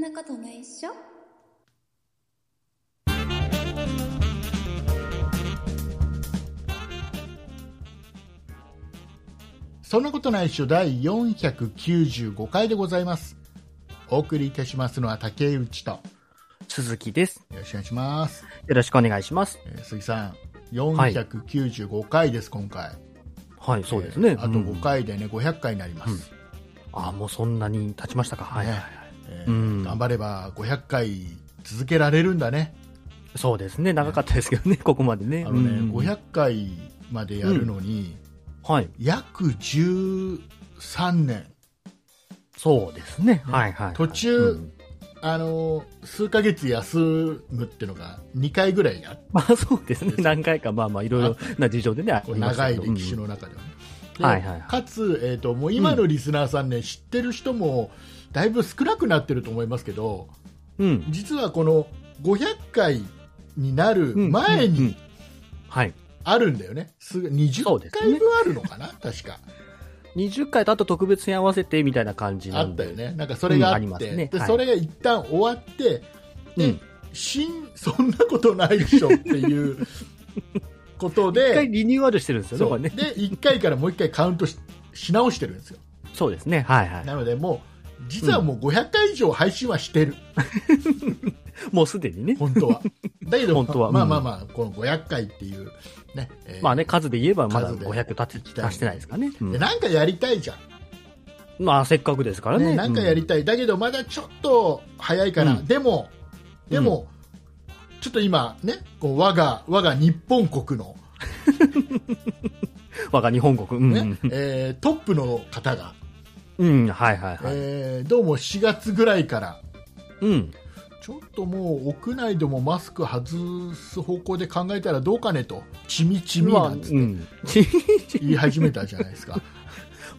なことないっしょそんなことないっしょ第495回でございます。お送りいたしますのは竹内と。よ鈴木です。ろしくお願いします。よろしくお願いします。えー鈴木さん、495回です、今回。はい、そうですね。えーあとうん5。回でね、500回になります。あ、もうそんなに経ちましたか。はい。ねえーうん頑張れば500回続けられるんだね。そうですね。長かったですけどね、ここまであね。のね、うん500回までやるのに、はい。約13年。そうですね。はいはいはい。途中うんあのー数ヶ月休むってのが2回ぐらいあっ まあそうですね。何回か、まあまあ、いろいろな事情でね、あこうりました長けいど歴史うんの中ではね。うんではいはいはいかつ、えーと、もう今のリスナーさんね、知ってる人もだいぶ少なくなってると思いますけど、うん。実はこの500回になるうん前うんうにんはい。あるんだよね、すぐそう20ですね回分あるのかな、確か、 20回とあと特別に合わせてみたいな感じあなんっでたよ。ね、なんかそれがあうんありっまて、すねではいそれが一旦終わって、でうん新、そんなことないでしょっていうこと 一回で、リニューアルしてるんですよね、そこうれでね。 1回からもう1回カウントしし直してるんですよ。そうですね。はいはい。なのでもう実はもう500回以上配信はしてる、もうすでにね。本 当は。だけど、本当はまあうんまあまあ、この500回っていう、ね。えーまあね、数で言えばまだ数で500達きたい達してないですかね。うんでなんかやりたいじゃん。まあ、せっかくですからね、ね。なんかやりたい。だけど、まだちょっと早いかな。うんでも、でも、ちょっと今、ね、こう我が、我が日本国の、我が日本国。うん。ねえートップの方が、うん、はいはいはい。えーどうも4月ぐらいから、うん。ちょっともう屋内でもマスク外す方向で考えたらどうかねと、ちみちみまなあ、うんつってん。 言い始めたじゃないですか。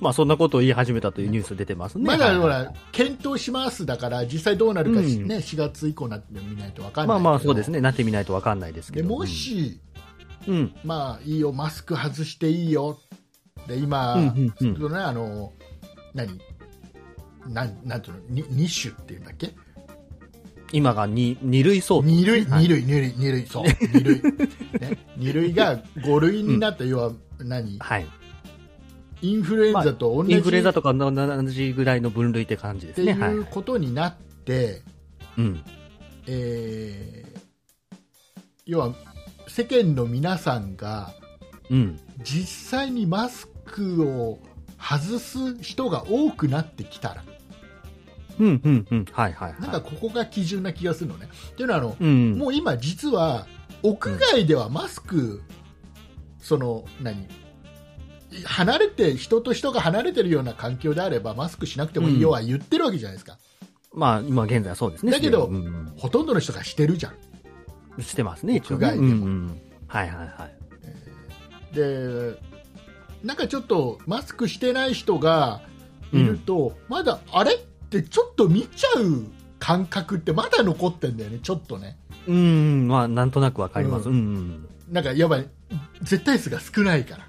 まあ、そんなことを言い始めたというニュース出てますね。まだほはいら、検討しますだから、実際どうなるかし、うんね、4月以降になってみないと分かんなまいけどあまあ、そうですね。なってみないとわかんないですけでど。もし、うん、うん。まあ、いいよ、マスク外していいよ、で今、うんうんうんそのねあの何なんなんていうのに二種っていうんだっけ今が二二類相当。二類、はい二類、二類、二類、そう、二 類。ね、二類が五類になった、要は何、はい。インフルエンザと同じ、インフルエンザとかの同じぐらいの分類って感じでってすね。はいい。うことになって、うん。えー要は世間の皆さんがうん。実際にマスクを外す人が多くなってきたらうん、うん、うん。はいはいはい。なんかここが基準な気がするのね。っていうのはあの、うん。もう今実は屋外ではマスク、その何離れて人と人が離れてるような環境であればマスクしなくてもいいよは言ってるわけじゃないですか、まあ、今現在はそうですね。だけどうんほとんどの人がしてるじゃんうんしてますね、一応屋ね。外うでんもうん。はいはいはい。でなんかちょっとマスクしてない人がいると、まだあれってちょっと見ちゃう感覚ってまだ残ってんだよねちょっとねうん、まあ、なんとなくわかります。ううん。なんかやばい絶対数が少ないから、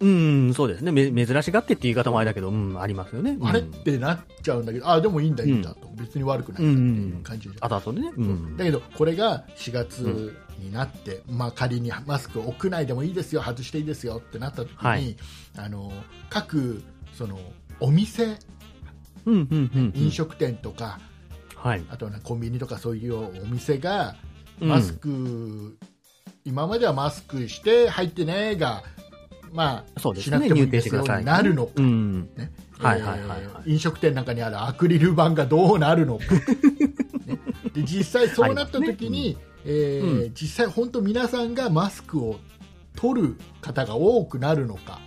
うん、そうですね。め珍しがってっていう言い方もあれだけど、うん、ありますよね。あれっうんてなっちゃうんだけどあでもいいんだいいんだと、別に悪くないんだっていう感じじゃんあとあとね。うんだ。けどこれが4月になって、まあ、仮にマスク屋内でもいいですよ外していいですよってなった時に、はいあの各そのお店うん、うん、うん。飲食店とか、はい。あとはねコンビニとかそういうお店がマスク、今まではマスクして入ってねーが、まあ、そうですねしなくてもいいですよ入店してくださいになるのか、うん。ねはいはいはいはいえー飲食店なんかにあるアクリル板がどうなるの か、ねで実際そうなった時に、えー実際本当皆さんがマスクを取る方が多くなるのか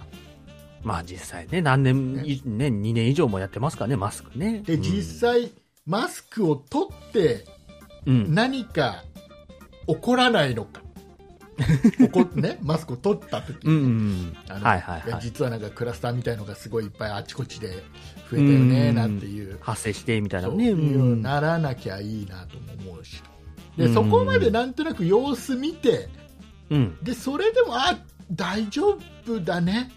まあ実際ね、何年、ねいね、2年以上もやってますからね、マスクね。で実際マスクを取ってうん、うん何か起こらない のか起こね、マスクを取った時、うんうんあのはいはいやはい。実はなんかクラスターみたいのがすごいいっぱいあちこちで増えたよねうんなんていう発生してみたいなそうね。いうようにんならなきゃいいなとも思うしでうんそこまでなんとなく様子見てうん。でそれでもあ大丈夫だね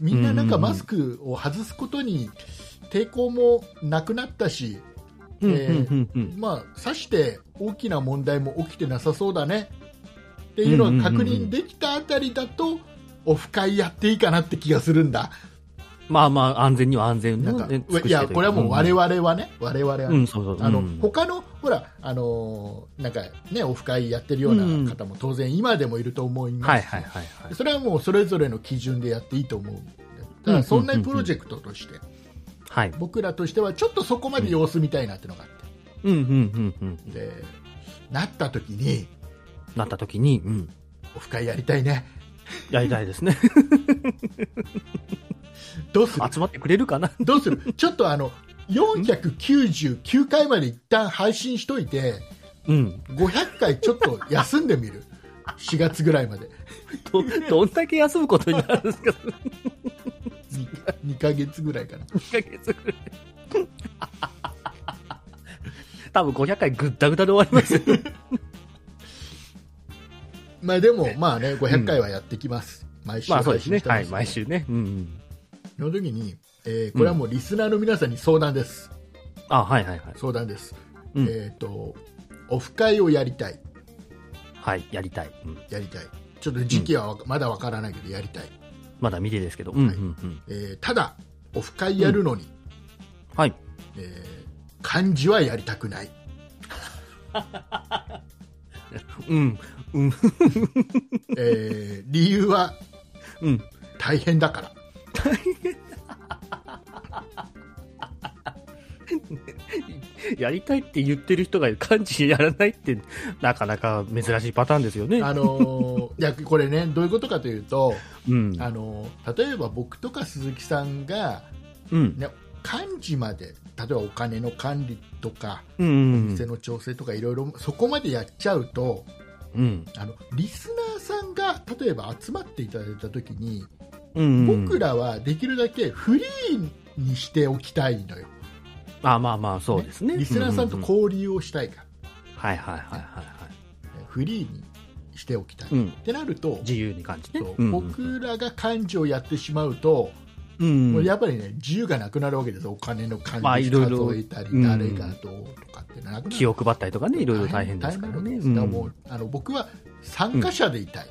みんななんかマスクを外すことに抵抗もなくなったしうんえーうんうんうんまあ、さして大きな問題も起きてなさそうだねっていうのが確認できたあたりだと、オフ会やっていいかなって気がするんだ。まあまあ、安全には安全なんかのね尽くしてというかや、これはもう我々はね、我々はね、うんうん、そうそう。あの、うん他の、ほら、あのーなんかね、オフ会やってるような方も当然今でもいると思いまはすし、いはいはいはい。それはもうそれぞれの基準でやっていいと思うんでだからそんなプロジェクトとして、はい。僕らとしてはちょっとそこまで様子見たいなっていうのがあっうんうんうんうん。て、で、なった時に、なった時に、うん。オフ会やりたいね。やりたいで すね。どうする 集まってくれるかなどうするちょっとあの、499回まで一旦配信しといて、うん。 500回ちょっと休んでみる。4月ぐらいまで。ど、どんだけ休むことになるんですか2ヶ月ぐらいかな。 ?2 ヶ月ぐらい。多分500回ぐったぐたで終わり ますよ。まあでも、まあね、500回はやってきます。毎週まあ配そう信ですねし。てはまい、す。毎週ね。うんうん。その時に、えーこれはもうリスナーの皆さんに相談です。あ、はいはいはい。相談です。うんえっ、と、オフ会をやりたい。はい、やりたい。うんやりたい。ちょっと時期はわかまだわからないけど、やりたい。まだ未定ですけど。うんうんうん。えーただ、オフ会やるのに、はい。えー漢字はやりたくない。うん。うん。えー理由はうん。大変だから。やりたいって言ってる人が漢字やらないって、なかなか珍しいパターンですよね。あのーいやこれね、どういうことかというと、うん。あのー例えば僕とか鈴木さんが、うん。ね、漢字まで、例えばお金の管理とか、うんうん店の調整とかいろいろ、そこまでやっちゃうと、うん。うん。あのリスナーさんが例えば集まっていただいたときに、うんうん。僕らはできるだけフリーにしておきたいのよ、あまあまあ、そうですね。リスナーさんとうう交流をしたいから、うはいはいはいはいはい。フリーにしておきたい。うん。ってなると、自由に感じて。そううん僕らが漢字をやってしまうと、うん。もうやっぱりね自由がなくなるわけですよお金のまあ管い理ろいろ数えたり、うん誰がどうとかってなくなる気を配ったりとかね、いろいろ大変ですから大ね。変ですだからもうんうあの僕は参加者でいたいっ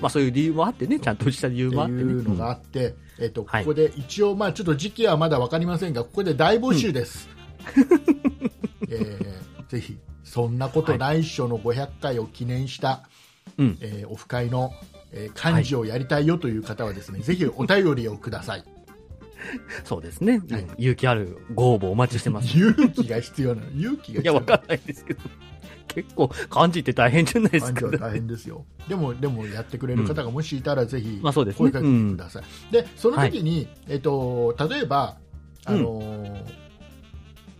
まあそういう理由もあってね、ちゃんとした理由てもあってね。いうのがあうんって、えっとこはいこで一応、まあ、ちょっと時期はまだ分かりませんがここで大募集です、 えーぜひそんなことないっしょの500回を記念した、うん。えーオフ会の、えー漢字をやりたいよという方はですね、ぜひお便りをくださ いそうですね。うんはい勇気あるご応募お待ちしてます。い勇気が必要なの勇気が必要や、なわのかんないです けど。結構、漢字って大変じゃないです感か情。は大変ですよ。でも、でもやってくれる方がもしいたら、ぜひまあそうです声ねかけてください。で、その時に、えっと、例えば、あのー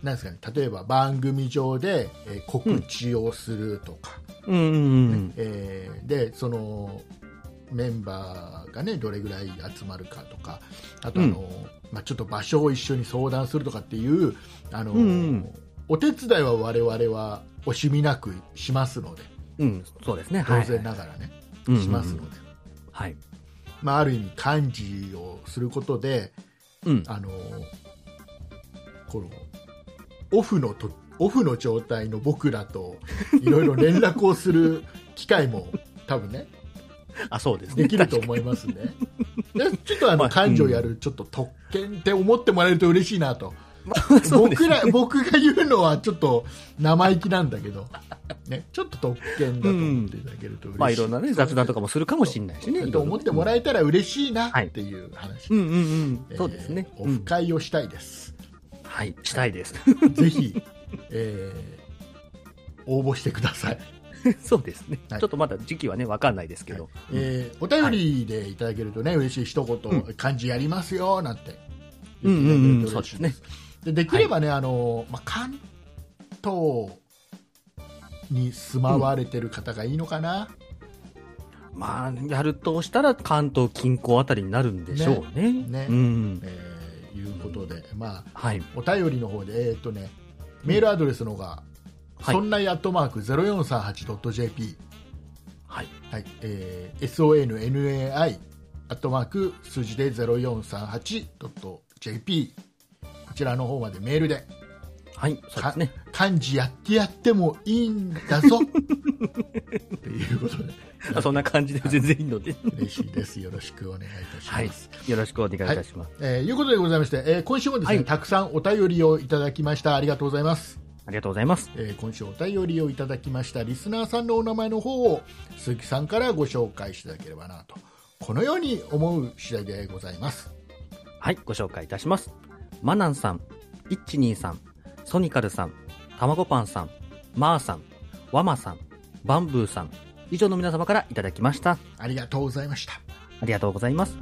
なんですかね、例えば番組上で、えー告知をするとか、うんうんうん。えーで、その、メンバーがね、どれぐらい集まるかとか、あと、あのーまあ、ちょっと場所を一緒に相談するとかっていう、あのーうんうんお手伝いは我々は惜しみなくしますので、うん、そうですね。当然ながらね。はいしますので、。うんうんうんはい。まあ、ある意味漢字をすることでうん。あのこのオフのとオフの状態の僕らといろいろ連絡をする機会も多分 ねあ、そうですね。できると思いますね。でちょっとあまあの漢字をやるちょっと特権って思ってもらえると嬉しいなと、 そうです僕ら僕が言うのはちょっと生意気なんだけど、ね、ちょっと特権だと思っていただけると嬉しい、まあいろんなね、雑談とかもするかもしれないしね。だと思ってもらえたら嬉しいなはいっていう話、うんうんうん。そうですね。えーオフ会をしたいです、うんはい、した いです。ぜ ひ、えー応募してください、そうですね。はいちょっとまだ時期はね、わかんないですけど。えーお便りでいただけるとね、嬉しい一言、漢字やりますよなんてうんうんうん言っていただけると嬉しいそでできればね、あのまあ、関東に住まわれてる方がいいのかな、まあ、やるとしたら関東近郊あたりになるんでしょうね。ねうん。えーいうことで、まあ、はい。お便りの方で、えーっとね、メールアドレスの方が、はいそんなやっとマーク 0438.jp、はい。はいえー sonnai アットマーク数字で 0438.jp こちらの方までメールではい、そうですね。漢字やってやってもいいんだ ぞっていうことであそんな感じで全然いいの で。嬉しいですよろしくお願いいたしはまいす、。よろしくお願いいたします。えーいうことでございまして、えー今週もですね、はいたくさんお便りをいただきましたありがとうございますありがとうございます。えー今週お便りをいただきましたリスナーさんのお名前の方を鈴木さんからご紹介していただければなとこのように思う次第でございますはい、ご紹介いたします。マナンさん、イッチニーさん、ソニカルさん、たまごパンさん、マーさん、ワマさん、バンブーさん、以上の皆様からいただきました。ありがとうございましたありがとうございます。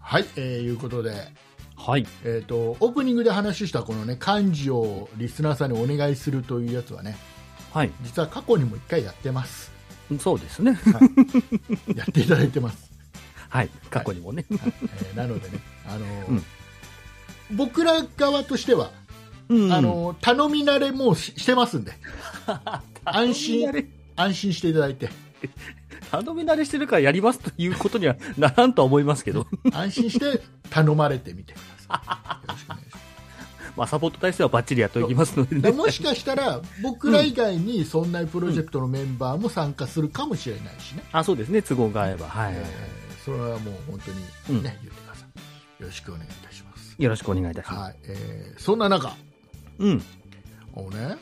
はい、えーいうことで、はい。えー、とオープニングで話したこのね漢字をリスナーさんにお願いするというやつはねはい。実は過去にも一回やってますそうで すね。やっていただいて ます、はい。過去にもね。はいえーなのでねあのーうん僕ら側としてはうんあ、の頼み慣れもうししてます んで安心安心していただいて頼み慣れしてるからやりますということにはならんとは思いますけ ど、安心して頼まれてみてくださいよろしくお願いしままあ、サポート体制はバッチリやっておきますのですでね。もしかしたら僕ら以外にそんなプロジェクトのメンバーも参加するかもしれないしね、あ、そうですね。都合が合えば。はいえ。ーそれはもう本当にね、言ってくださいよろしくお願いいたしますよろしくお願いいたします。はい、えーそんな中うん。あのね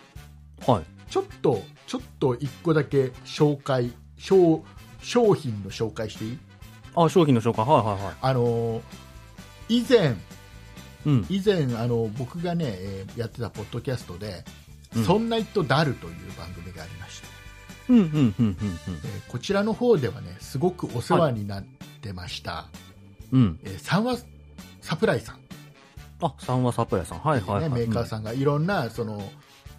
はい。ちょっとちょっと一個だけ紹介商商品の紹介していいあ、商品の紹介。はいはいはい。あのー以前うん。以前あの僕がね、えーやってたポッドキャストで「うんそんな人だる」という番組がありまして、うんうんうんうんえーこちらの方ではねすごくお世話になってました、うん。うん。えー三和サプライさん、ねあ、三和サプライさん。はいはいはい。メーカーさんがいろんなその、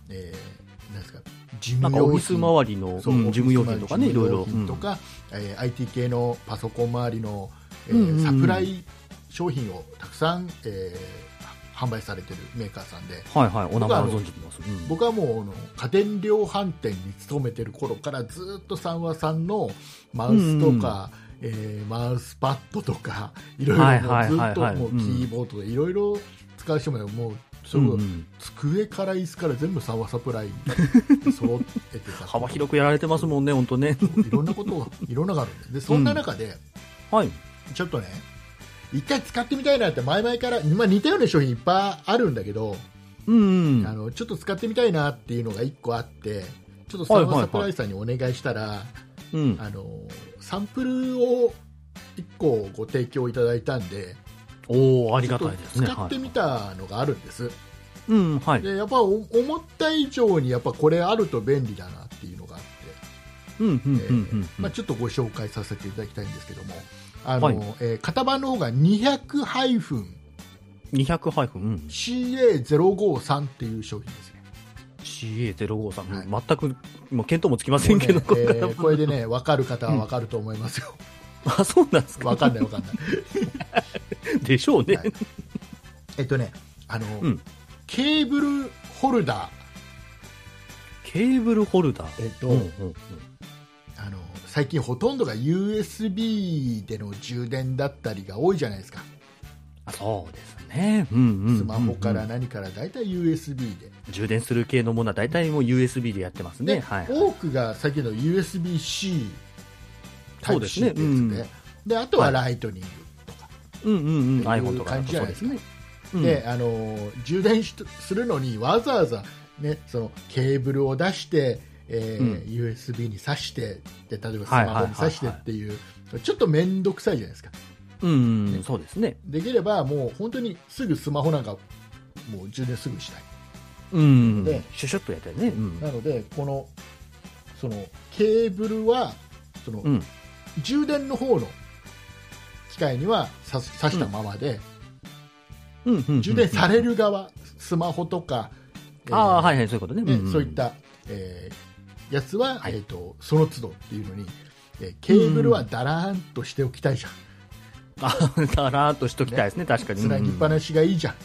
えーなんですか事うん。なん務かオ用フィス品周りの、そううん事務用品とかね、事いろ務いろ用。品とか、えー IT 系のパソコン周りの、えーうんうんうんサプライ商品をたくさん、えー販売されてるメーカーさんで、うんはいはい。お名前を存じてます。うん僕はもうあの家電量販店に勤めてる頃からずっと三和さんのマウスとか、えーマウスパッドとかいろいろはいもはういずはっいとはいもうキーボードでいろいろ使う人もいるもうそうれんこうそん机から椅子から全部三和サプライ揃えてさ 幅広くやられてますもんね、ほんとね。いろんなことがいろんなのがあるんででそんな中ではい。ちょっとね一回使ってみたいなって前々から、まあ、似たような商品いっぱいあるんだけど、うんうん。あはのちょっと使ってみたいなっていうのが1個あってちょっとサーバーサプライズさんにお願いしたら、いうん。あのサンプルを1個ご提供いただいたんでおおありちょがっとたいですね。使ってはみたのがあるんです、いうん、はい。でやっぱお思った以上にやっぱこれあると便利だなっていうのがあって、うん、うん、うんえーうんうまあ、ん。ちょっとご紹介させていただきたいんですけどもあの、はいえー型番の方が200ハイフン200ハイフン、うん。 CA053 っていう商品です ね CA053、はいうん全く、もう見当もつきませんけど、ここれれね,えかー、らこれでね分かる方は分かると思いますよ、あ、そうなんですわかか。んないわかんない。でしょうね。はいえっとね、あの、うんケーブルホルダー、ケーブルホルダー。えっとうん、うんあの最近ほとんどが USB での充電だったりが多いじゃないですか。あそうですね。うん、うん。スマホからうん何からだいたい USB で。うん充電する系のものは大体もう USB でやってますね。ではい。多くが最近の USB-C タそイうプです C ってねやつで、であとはライトニングとか。うんうんっうん。ていう iPhone とかだ感じとじゃそなういでですかすね。うんであの充電しするのにわざわざ、ね、そのケーブルを出して、えーうん USB に挿してで例えばスはいマはいはいホはいに挿してっていう、ちょっと面倒くさいじゃないですかうんうん、そうですね。できればもう本当にすぐスマホなんかもう充電すぐしたいうんで。シュシュッとやってね。うん。なのでこのそのケーブルはその、うん。充電の方の機械には挿す挿したままで、うんうんうん。充電される側、スマホとか、えーああ、はいはい、そういうことね。ねんんそういっ。た、えーやつは、はいえー、とその都度っていうのに、えーケーブルはだらーんとしておきたいじゃん、あだらーっとしときたいですね、確かに。つなぎっぱうんなしがいいじゃん、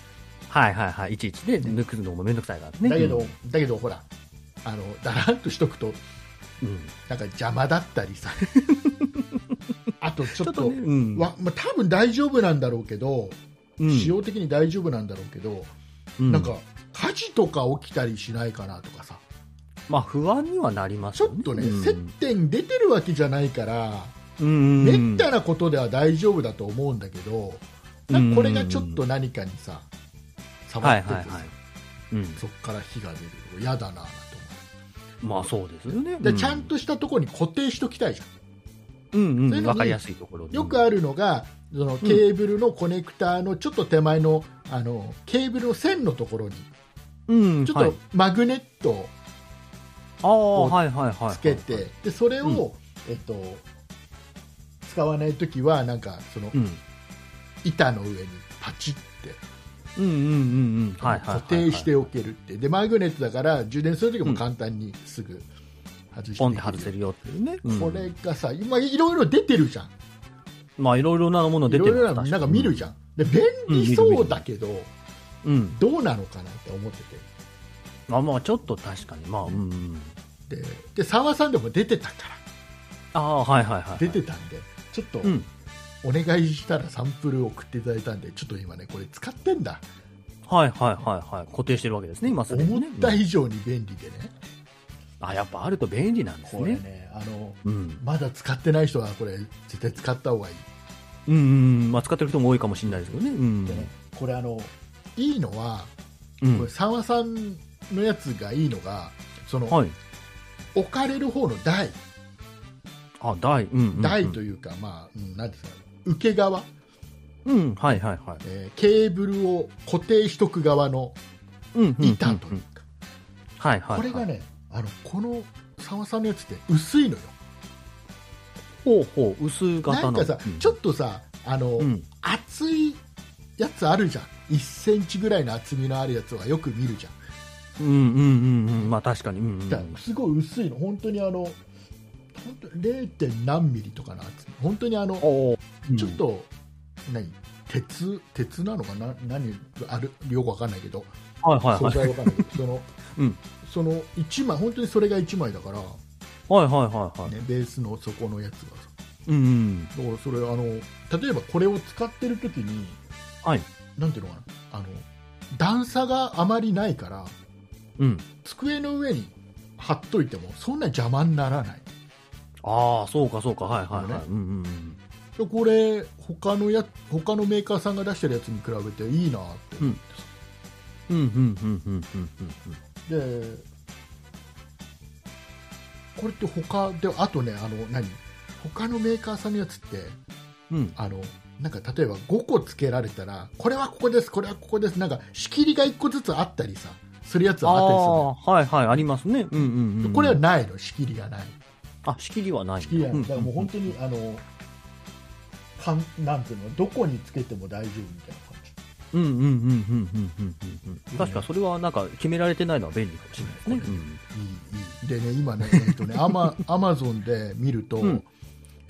はいはいはい。いちいちで抜くのもめんどくさいからね。だけど、うんだけどほらあのだらーんとしとくとうんなんか邪魔だったり さあとちちょょっっととね、うんわまあ、多分大丈夫なんだろうけど、うん使用的に大丈夫なんだろうけど、うんなんか火事とか起きたりしないかなとかさまあ不安にはなりますちょよっとね、うん接点出てるわけじゃないから、うんうんうめっんたなことでは大丈夫だと思うんだけど、なんかこれがちょっと何かにさ、触はいっててはいさ、はい。うん、そっから火が出るの嫌だなと思まあそうですよね。うでちゃんとしたところに固定しときたいじゃん、うん、うんうんそういうのにわかりやすいところでよくあるのがそのケーブルのコネクターのちょっと手前のあのケーブルの線のところにうん、ちょっはいとマグネットをああ、はいはいはいはい。つけて、でそれを、うんえっと、使わないときはなんかそのうん。板の上にパチってうんうんうんうん。はいはいはいはい。固定しておけるって、でマグネットだから充電するときも簡単にすぐ外してポンって外せるよっていうね。うんこれがさ、今いろいろ出てるじゃん、まあいろいろなものい出ろているろななんか見るじゃん、で便利そうだけど、ゃん。うん。どうなのかなって思ってまあまあちょっと確かに。まあうんうん。て、でで澤さんでも出てたから、ああ、はいはいはいはい。出てたんで、ちょっとうん。お願いしたらサンプル送っていただいたんで、ちょっと今ね、これ使ってんだ、はいはいはいはい。固定してるわけですね、今すで思にっね。たうん以上に便利でね、あ、やっぱあると便利なんですこれね。ね、あのうん。まだ使ってない人は、これ、絶対使った方がいい。うんうんうん。まあ使ってる人も多いかもしれないですけどね。うんで。ねこれあのいいのは、こうれん。三和さんのやつがいいのがその、はい。置かれる方の台あ、台。うんうんうん。台というか、まあ、うん、なんですか受け側、うん、はいはいはい。えーケーブルを固定しとく側のうんうんうんうん板というか、はいはいはい。これがねあのこの三和さんのやつって薄いのよほうほう、薄型なの。んかさ、うんちょっとさあの、うん。厚いやつあるじゃん1センチぐらいの厚みのあるやつはよく見るじゃんうんうんうんうん。まあ確かに。うんうん。だからすごい薄いの本当にあの本当 0. 点何ミリとかの厚み本当にあのおーちょっ、と、何鉄鉄なのかな何あるよくわかんないけど、うんはいはい素はい。材わかんないけど、 その、うんその一枚本当にそれが一枚だから、ね、はいはいはいはい。ベースの底のやつがさうんうん。だからそれあの例えばこれを使ってる時に、はい。なんていうのかなあの段差があまりないからうん。机の上に貼っといてもそんな邪魔にならない。ああ、そうかそうか。はいはいはい。ねうんうんうん。でこれ他のや他のメーカーさんが出してるやつに比べていいなって思ってさ、うんうんうんうんうんでこれって他であとねあの何他のメーカーさんのやつってうん。うん。あのなんか例えば5個つけられたらこれはここですこれはここですなんか仕切りが1個ずつあったりさするやつあはあったりするあー、はいはい。ありますね。うんうんうのん。これは、ないの仕切りがないあ、仕切りはないんだ。仕切りがないだからもう本ん当にあのかんなんていうのどこにつけても大丈夫みたいな感じうんうんうんうんうんうんうんうん。確かそれはなんか決められてないのは便利かもしれないですね。いいいいでね今ね,、えっとねアマアマゾンで見ると、うん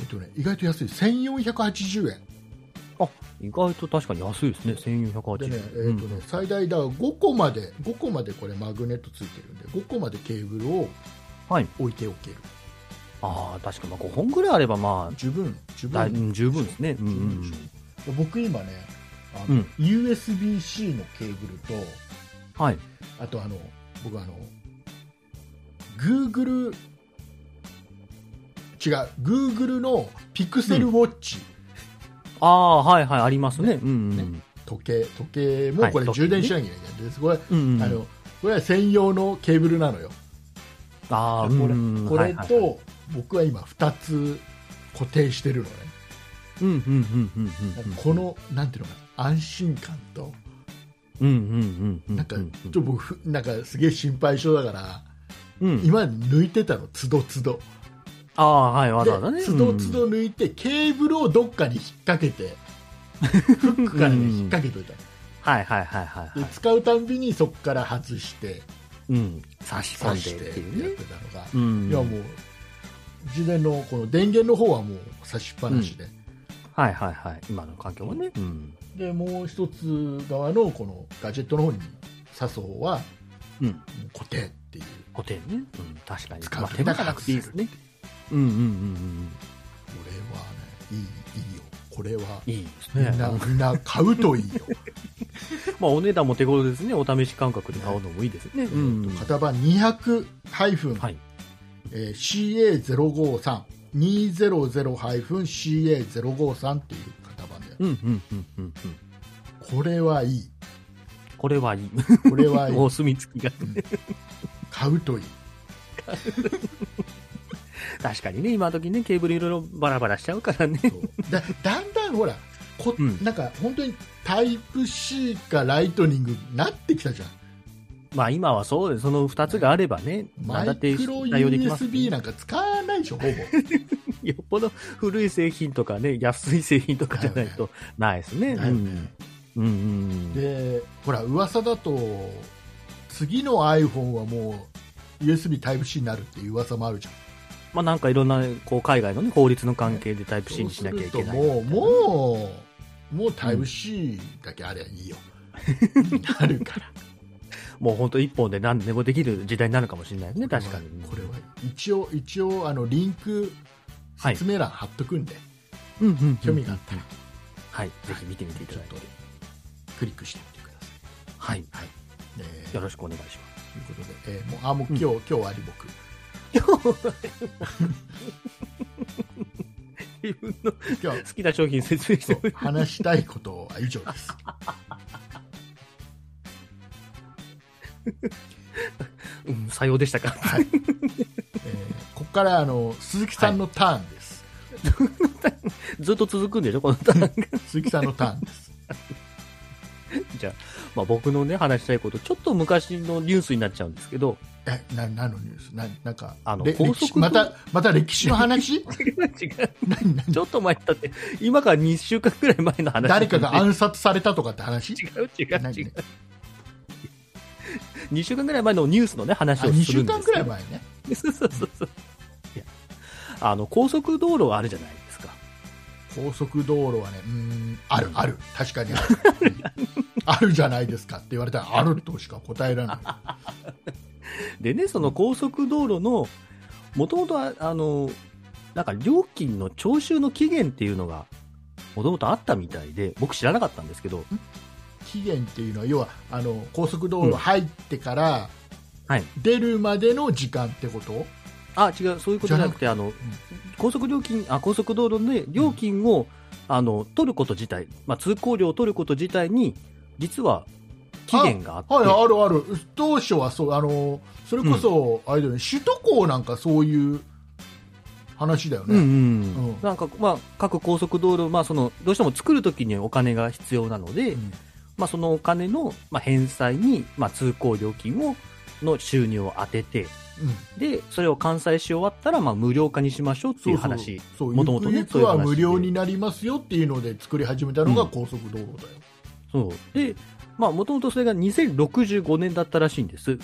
えっとね、意外と安い1480円あ、意外と確かに安いですね。1480で円。ね,、えっとね最大だ5個まで5個までこれマグネットついてるんで5個までケーブルをはい。置いておけるああ、確かまあ5本ぐらいあればま十分十あ、だい分うん十分ですね。うんう十分でんしょ僕今ねあの、うん USB-C のケーブルとうん。はい。あとあの僕あの Google 違う Google のピクセルウォッチ、ああ、はいはい、ありますね。うんうん。ね時計時計もはいこれ時計充電しなきゃいけないんです、これ、うんうん、あのこれは専用のケーブルなのよ、あこあ、れうんこれ、はいはいはいと僕は今2つ固定してるのね、うんうんうんうんうんうん。こ、のなんていうのかな安心感とうんうんうん。なんかちょっと僕ふなんかすげえ心配性だからうん、今まで抜いてたのつどつどああ、はい、わでざわざね。つどつど抜い てケーブルをどっかに引っ掛けてフックからねうん引っ掛けといたはいはいはいはい、ではい。使うたんびにそこから外してうん。差し込挿しんでてっってていうやっね。てたのが、うん。いやもう事前のこの電源の方はもう差しっぱなしで、はいはいはい。今の環境もね。うん。でもう一つ側のこのガジェットの方に刺す方はうん。もう固定っていう固定ね。うん。確かに。使うまあ、手間がなくていいですね。うんうんうんうんこれはねいいいいよこれはうん。いいですみね。んな、みんな買うといいよ、まあ、お値段も手頃ですね。お試し感覚で買うのもいいですね。えうーんと。型番200ハイフン、はい。えー CA053 200-CA053 っていう型番でうんうんうんうんうん。これはいいこれはいい。これ はいいもう墨付きが。買うといい確かにね、今時ね、ケーブルいろいろバラバラしちゃうからね。そうだだんだんほらこ、うんなんか本当にタイプ C かライトニングになってきたじゃんまあ今はそうです。その二つがあればね、マ何だっイてクロ対応できます、 USB なんか使わないでしょ、ほぼ。よっぽど古い製品とかね、安い製品とかじゃないとないですね。だよねうん。うんうん。で、ほら、噂だと、次の iPhone はもう USB Type-C になるっていう噂もあるじゃん。まあなんかいろんな、こう、海外のね、法律の関係でタイプ C にしなきゃいけない。そうするともう、もう、もう Type-C だけありゃいいよ。なるから。もう本当一本で何でもできる時代になるかもしれない ね、確かに。これは、一応、一応、あの、リンク、はい説明欄貼っとくんで、うんうんうん。興味があったら、はい。ぜひ見てみていただいてちょ。っクリックしてみてくださはい。い。えーよろしくお願いします。ということで、えーもう、あ、もう今日、今日はリボク。自分の好今日はきな商品説明してそうもら話したいことは以上です。ううん、さようでしたか。はい。えーここからあの鈴木さんのターンです。 ずっと続くんでしょ、このターンが。鈴木さんのターンです。じゃあ、 まあ、僕のね、話したいこと、ちょっと昔のニュースになっちゃうんですけど、え、な、何のニュース、な、なんか、あのれ高速歴史また、また歴史の 話。違う違う。何、何、ちょっと前だって、今から2週間くらい前の話。誰かが暗殺されたとかって話。違う違う何違う。2週間くらい前のニュースのね、話あ、を二す週るんです間くらい前ね。前。そうそうそうそう。いや、あの、高速道路あるじゃないですか。高速道路はね、うーん、ある、ある、確かにあ る。うんあるじゃないですかって言われたら、あるとしか答えられない。でね、その高速道路の、もともとああの、なんか料金の徴収の期限っていうのが、もともとあったみたいで、僕知らなかったんですけど、期限っていうのは、要は、あの、高速道路入ってから。はい出るまでの時間ってこと。あ、違う、そういうことじゃなくて、あの、高速料金、あ、高速道路で料金を、あの、取ること自体、まあ、通行料を取ること自体に、実は、期限があって、はい、あるある、当初はそうあのそれこそ、あれだよね、首都高なんかそういう話だようんうね、ん、うんなんか、まあ、各高速道路、まあ、その、どうしても作るときにお金が必要なので、うんまあ、そのお金の、まあ、返済に、まあ、通行料金を、の収入を当てて、うんで、それを完済し終わったら、まあ、無料化にしましょうっていう話。そう元々ねゆくそういゆくうは話で無料になりますよっていうので作り始めたのうがん高速道路だよ、そう。で、まあ、もともとそれが2065年だったらしいんです。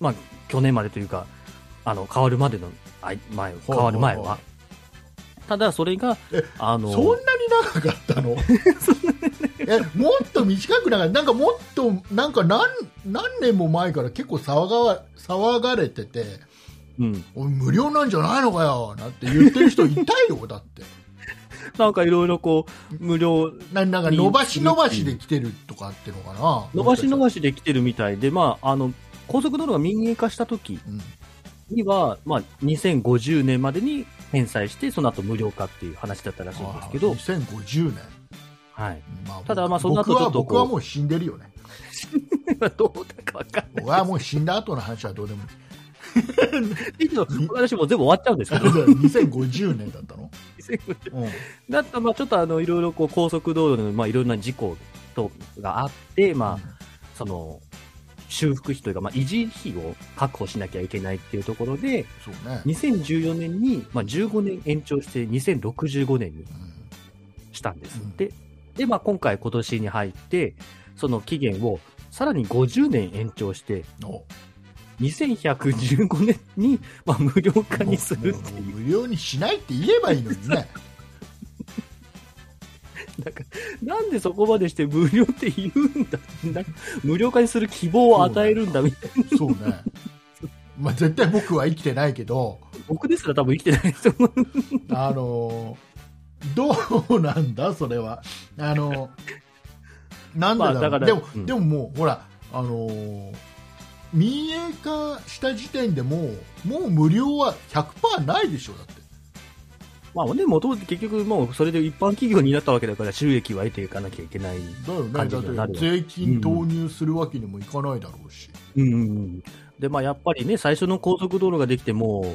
まあ、去年までというか、あの、変わるまでの、あい前、変わる前ほうほうは。ただ、それがえ、あの、そんなに長かった のえもっと短くなかったなんかもっとなんか何何年も前から結構騒が騒がれててうん。おい無料なんじゃないのかよなんて言ってる人いた よだってなんかいろいろこう、無料、ななんか伸ばし伸ばしで来てるとかってのかな伸ばし伸ばし、しできてるみたいで、まあ、あの、高速道路が民営化した時うんには、まあ、2050年までに返済して、その後無料化っていう話だったらしいんですけあどあ、2050年、 はい。まあただまあその僕後ちょはっとこう僕はもう死んでるよねどうだかわかんない僕はもう死んだ後の話はどうでもいい 以上私もう全部終わっちゃうんですけど、 2050年だったの、うんだったらまあちょっとあのいろいろこう高速道路のまあいろんな事故とがあって、まあ、その修復費というか、まあ、維持費を確保しなきゃいけないっていうところで、そうね、 2014年に、まあ、15年延長して2065年にうしたんですって、で、まあ、今回、今年に入って、その期限をさらに50年延長して、お2115年に、まあ、無料化にするってもういもう無料にしないって言えばいいのにねう、なんか、なんでそこまでして無料って言うんだ、なんか無料化にする希望を与えるんだみたいな、そうねまあ絶対僕は生きてないけど僕ですら多分生きてないと思う。あのどうなんだそれはあのなんでだろう,、まあだからでも、うんでももうほらあの民営化した時点でもうもう無料は100%ないでしょだって まあね、もともと結局もうそれで一般企業になったわけだから収益は得ていかなきゃいけない。だよね感じにはだなっるてよ税金導入するわけにもいかないだろうし、うんうんうん。で、まあやっぱりね、最初の高速道路ができても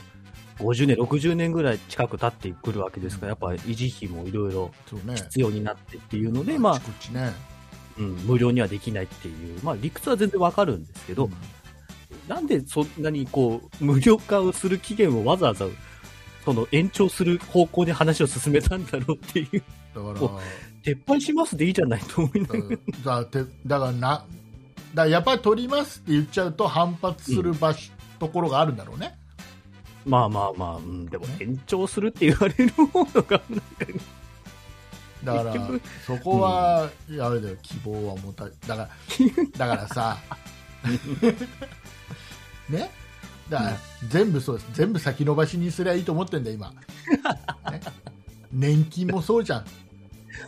う50年、60年ぐらい近く経ってくるわけですから、やっぱ維持費もいろいろそうね必要になってっていうので、まああち、こちねうん、無料にはできないっていう、まあ理屈は全然わかるんですけど、なんでそんなにこう、無料化をする期限をわざわざ、その延長する方向で話を進めたんだろうっていう、だからこ撤廃しますでいいじゃないと思いながらだてだからなだからやっぱり取りますって言っちゃうと反発する場所、ところがあるんだろうねまあまあまあ、うん、でも延長するって言われる方のが、だから結局そこは、いやあれだよ希望は持ただからだからさねだから全部そうです全部先延ばしにすりゃいいと思ってんだよ今、ね、年金もそうじゃん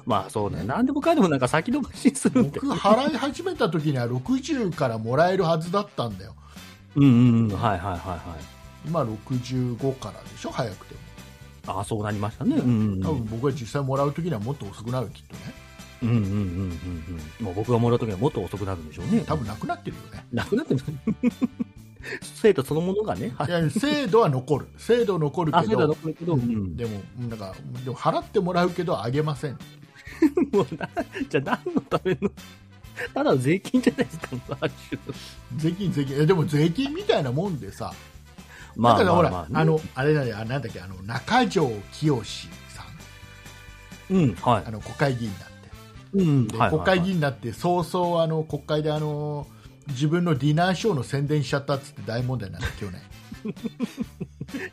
まあそうね、なんでもかんでもなんか先延ばしにするって。僕払い始めた時には60からもらえるはずだったんだようんうんうん、はいはいはいはい。今65からでしょ早くてもああ、そうなりましたね。うんうんう多分ん。僕が実際もらう時にはもっと遅くなるきっとねうんうんうんうんうん。もう僕がもらうときはもっと遅くなるんでしょうね。多分なくなってるよねなくなってない。 生徒そのものがね、はいいや制度は残 る制度残るあ、けそうだどろうけど、うん、でもなんかでも払ってもらうけどあげませんもうな、 じゃあ何のための、ただの税金じゃないですか、ある種税金税金えでも税金みたいなもんでさまだからほら、ねあ、のあれだよあなんだっけあの中条きよしさんうん、はあの国会議員だってい。うん、ではいはいはい国会議員になって早々あの国会であの自分のディナーショーの宣伝しちゃったっつって大問題になった去年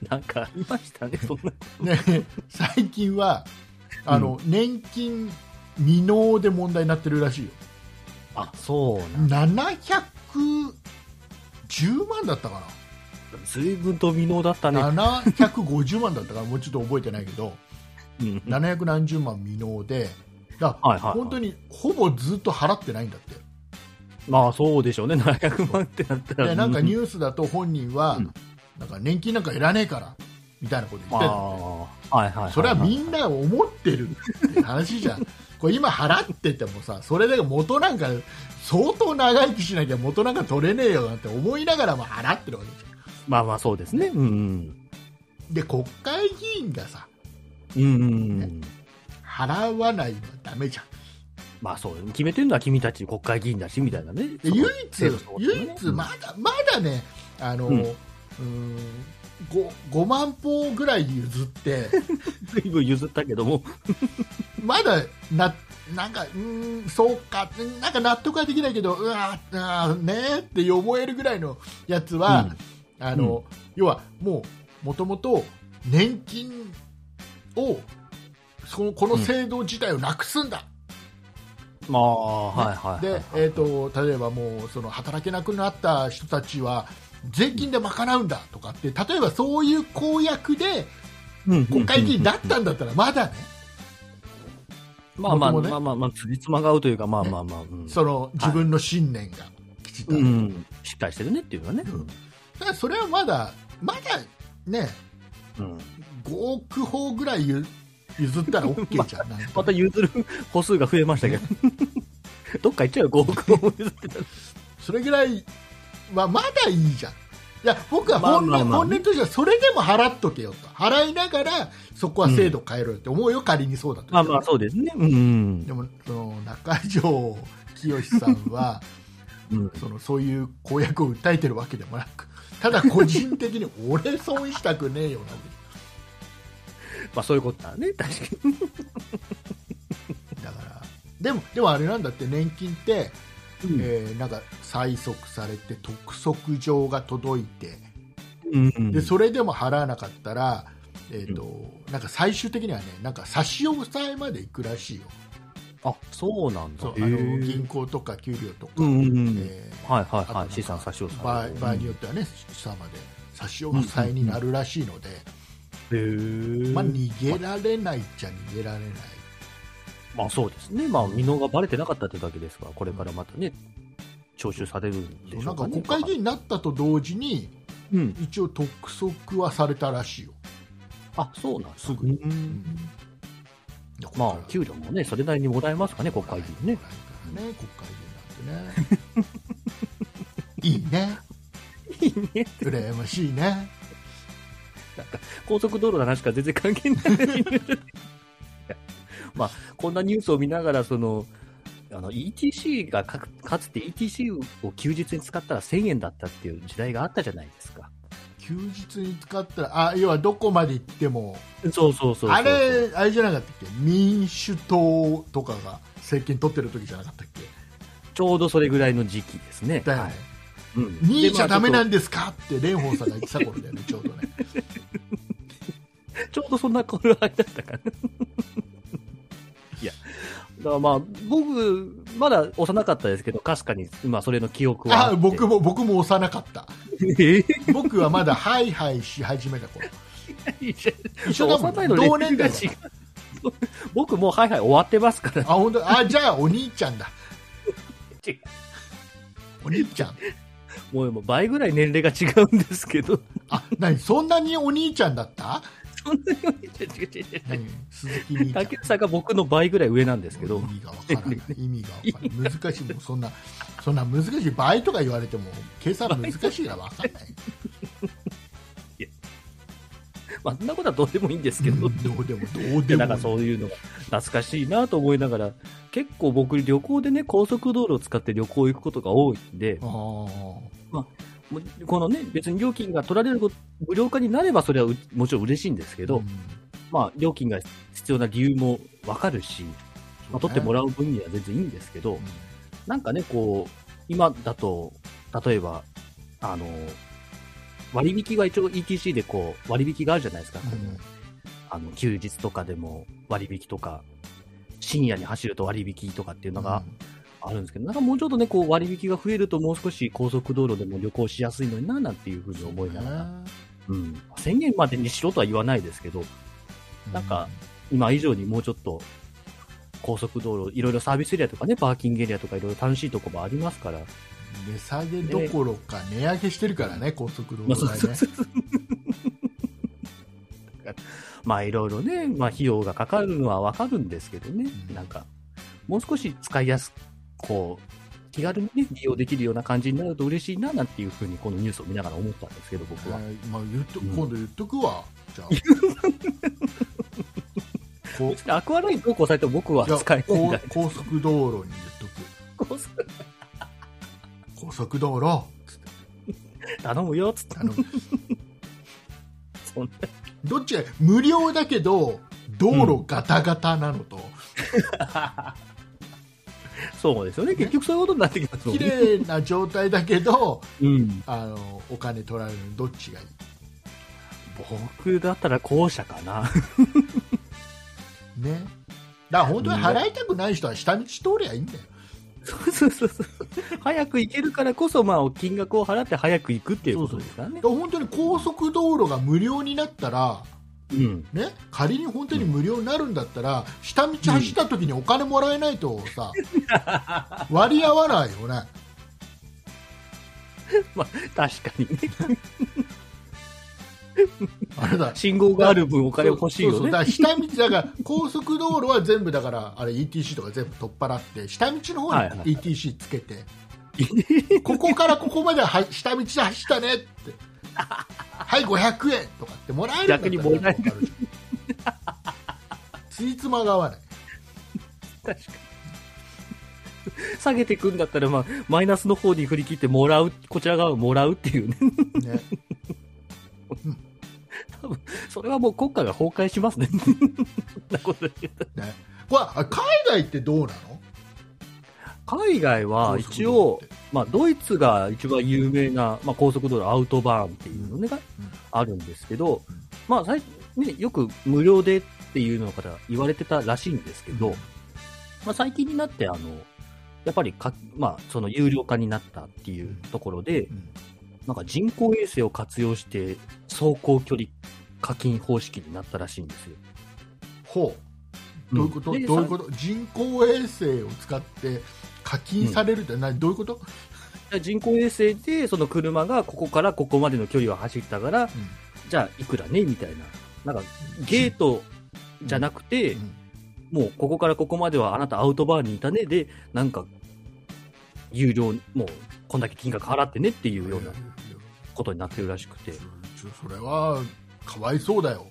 なんかありましたね、そんな。ね最近はあの、年金未納で問題になってるらしいよあ、そうなんだ710万だったか随分と未納だったね。な750万だったからもうちょっと覚えてないけどうんはい7何十万未納でだからはいはい。本当にほぼずっと払ってないんだってまあそうでしょうね、700万 ってなったら。でなんかニューュースだと本人は、うんなんか年金なんかいらねえからみたいなこと言ってたのねああ、はいはいはい。それはみんな思ってるって話じゃ んこれ今払っててもさそれで元なんか相当長生きしなきゃ元なんか取れねえよなんて思いながらも払ってるわけじゃまあまあそうですね。うんんで国会議員がさうん。うんうんうん。払わないのはダメじゃんまあそう、決めてるのは君たち国会議員だし、みたいなね。で唯一、そう唯一まだまだねあの、ううんーん、5, 5万歩ぐらい譲って随分譲ったけども、まだな、なんか、うーん、そうか、なんか納得はできないけど、うわー、あーねーって思えるぐらいのやつは、あの、要はもう、もともと年金を、そのこの制度自体をなくすんだ、まあ、はいはいはいではい。、えー、と例えばもうその働けなくなった人たちは税金で賄うんだとかって例えばそういう公約でうん国会議員だったんだったらまだね、まあまあ僕もねまあまあまあ、つじつまが合うというか、まあまあまあ。うんその自分の信念がきちっとあうる、ん。しっかりしてるねっていうのはね。だからそれはまだまだねうん。 5億歩ぐらいゆ譲ったら OK じゃんなんか また譲る歩数が増えましたけど。 どっか行っちゃうよ、5億も譲ってたら。それぐらいはまだいいじゃんいや僕は本音,、まあまあまあ本音としてはそれでも払っとけよと払いながらそこは制度変えろよって思うよ、仮にそうだとまあまあ、そうですね。うんで。もその中条きよしさん はうんそのそういう公約を訴えてるわけでもなくただ個人的に俺損したくねえよなまあそういうことだね、確かに。だからでもでもあれなんだって年金って、うんえーなんか催促されて督促状が届いてうんうんでそれでも払わなかったら、えーとなんか最終的にはねなんか差し押さえまで行くらしいよあそうなんだそうあへのー銀行とか給料とか、うんうんうんえーはいはあといなはんいか資産差し押場さ合え場合によってはね資産まで差し押さえになるらしいので、へーまあ、逃げられないっちゃ逃げられない。まあそうですね、まあ、未納がバレてなかったってだけですから、これからまたね、徴収されるんでしなょんうかか、ね、国会議員になったと同時にうん、一応督促はされたらしいよ、あそうなんすぐうに。んだからまあ、給料もね、それなりにもらえますかね、国会議員ねも。らえるからね国会 議員なんてねいいねいいね、羨ましいね高速道路の話から全然関係ない。 まあ、こんなニュースを見ながら、その、あの ETC がかかつて ETC を休日に使ったら1000円だったっていう時代があったじゃないですか。休日に使ったらあ要はどこまで行ってもそうそうそうそう。あれあれじゃなかったっけ民主党とかが政権取ってる時じゃなかったっけちょうどそれぐらいの時期ですね。だよね、はいうん2で位じゃダメまあなんですかって蓮舫さんが言ってた頃だよ ねちょうどねちょうどそんな頃合いだったかな。 いや、だからまあ、僕、まだ幼かったですけど、かすかに、まあ、それの記憶はああって。 僕。も僕も幼かったええ僕はまだハイハイし始めた頃一一緒緒だだももんん同年代が違う。 僕もう、はいはい、終わってますから。あ本当あじゃあお兄ちゃ んだお兄ちゃんもう、もう倍ぐらい年齢が違うんですけど。あ何そんなにお兄ちゃんだったそんなに違う違う違う違う何鈴木兄ちゃん竹内さんが僕の倍ぐらい上なんですけど意。味がわからない意味がわからない難しいもうそんなそんな難しい倍とか言われても計算難しいからわかんないまあ、そんなことは どうでもいいんですけど。うんどうでもどうででなんもかそういうのが懐かしいなと思いながら、結構僕、旅行でね、高速道路を使って旅行行くことが多いんで、あーもうこのね、別に料金が取られること、無料化になればそれはうもちろん嬉しいんですけど、うんまあ、料金が必要な理由もわかるし、まあ、取ってもらう分には全然いいんですけど、うんなんかね、こう、今だと、例えば、あの、割引が一応 ETC でこう、割引があるじゃないですか。うんあの休日とかでも割引とか、深夜に走ると割引とかっていうのがあるんですけど、なんかもうちょっとね、こう割引が増えると、もう少し高速道路でも旅行しやすいのにな、なんていうふうに思いながら、うん、1000円までにしろとは言わないですけど、なんか今以上にもうちょっと高速道路、いろいろサービスエリアとかね、パーキングエリアとかいろいろ楽しいとこもありますから、値下げどころか値上げしてるからね、高速道まあ、路そう代そうね。そうそう。まあ、いろいろね、まあ、費用がかかるのはわかるんですけどね、うんなんか、もう少し使いやすく、こう、気軽にね、利用できるような感じになると嬉しいな、なんていうふうに、このニュースを見ながら思ったんですけど、僕は。えーまあ、言っとうん今度言っとくわ、じ ゃあ。こアクアラインどうこうされても僕 はじゃあ使えないんこだう高速道路に言っとく。高速道路つって頼むよ、つってあ。の そんなどっちが無料だけど道路ガタガタなのと、そうですよね。結局そういうことになってきますもん綺ね。麗な状態だけどうん。あのお金取られるのどっちがいい僕だったら後者かな。ねだから本当に払いたくない人は下道通りゃいいんだよ、そうそうそうそう。早く行けるからこそ、まあ、金額を払って早く行くっていうことですからねだか。ら本当に高速道路が無料になったらうん。ね、仮に本当に無料になるんだったら、下道走った時にお金もらえないと さ、割り合わないよね、まあ、確かにね。あれだ、信号がある分お金欲しいそうよそうだね。から下道だから高速道路は全部だからあれ ETC とか全部取っ払って下道のはいはい方に ETC つけて、ここからここまでは下道で走ったねってはい500円とかってもらえるんだった逆にもらえるついつまが合わない確かに。下げていくんだったら、まあ、マイナスの方に振り切ってもらう、こちら側をもらうって いうね。ねそれはもう国家が崩壊しますね。そんなこと言ってねこれあ海外ってどうなの 海外は一応、まあ、ドイツが一番有名な、まあ、高速道路アウトバーンっていうのがうんあるんですけど、まあ、最ね、よく無料でっていうのから言われてたらしいんですけど、まあ、最近になってあのやっぱりか、まあ、その有料化になったっていうところでうんなんか人工衛星を活用して走行距離課金方式になったらしいんですよ。ほうどういうこと、でどういうこと人工衛星を使って課金されるって、何どういうこと、人工衛星でその車がここからここまでの距離を走ったからじゃあいくらねみたいななんかゲートじゃなくて、うんもうここからここまではあなたアウトバーにいたねでなんか有料もうこんだけ金額払ってねっていうようなことになってるらしくてちょそれはかわいそうだよ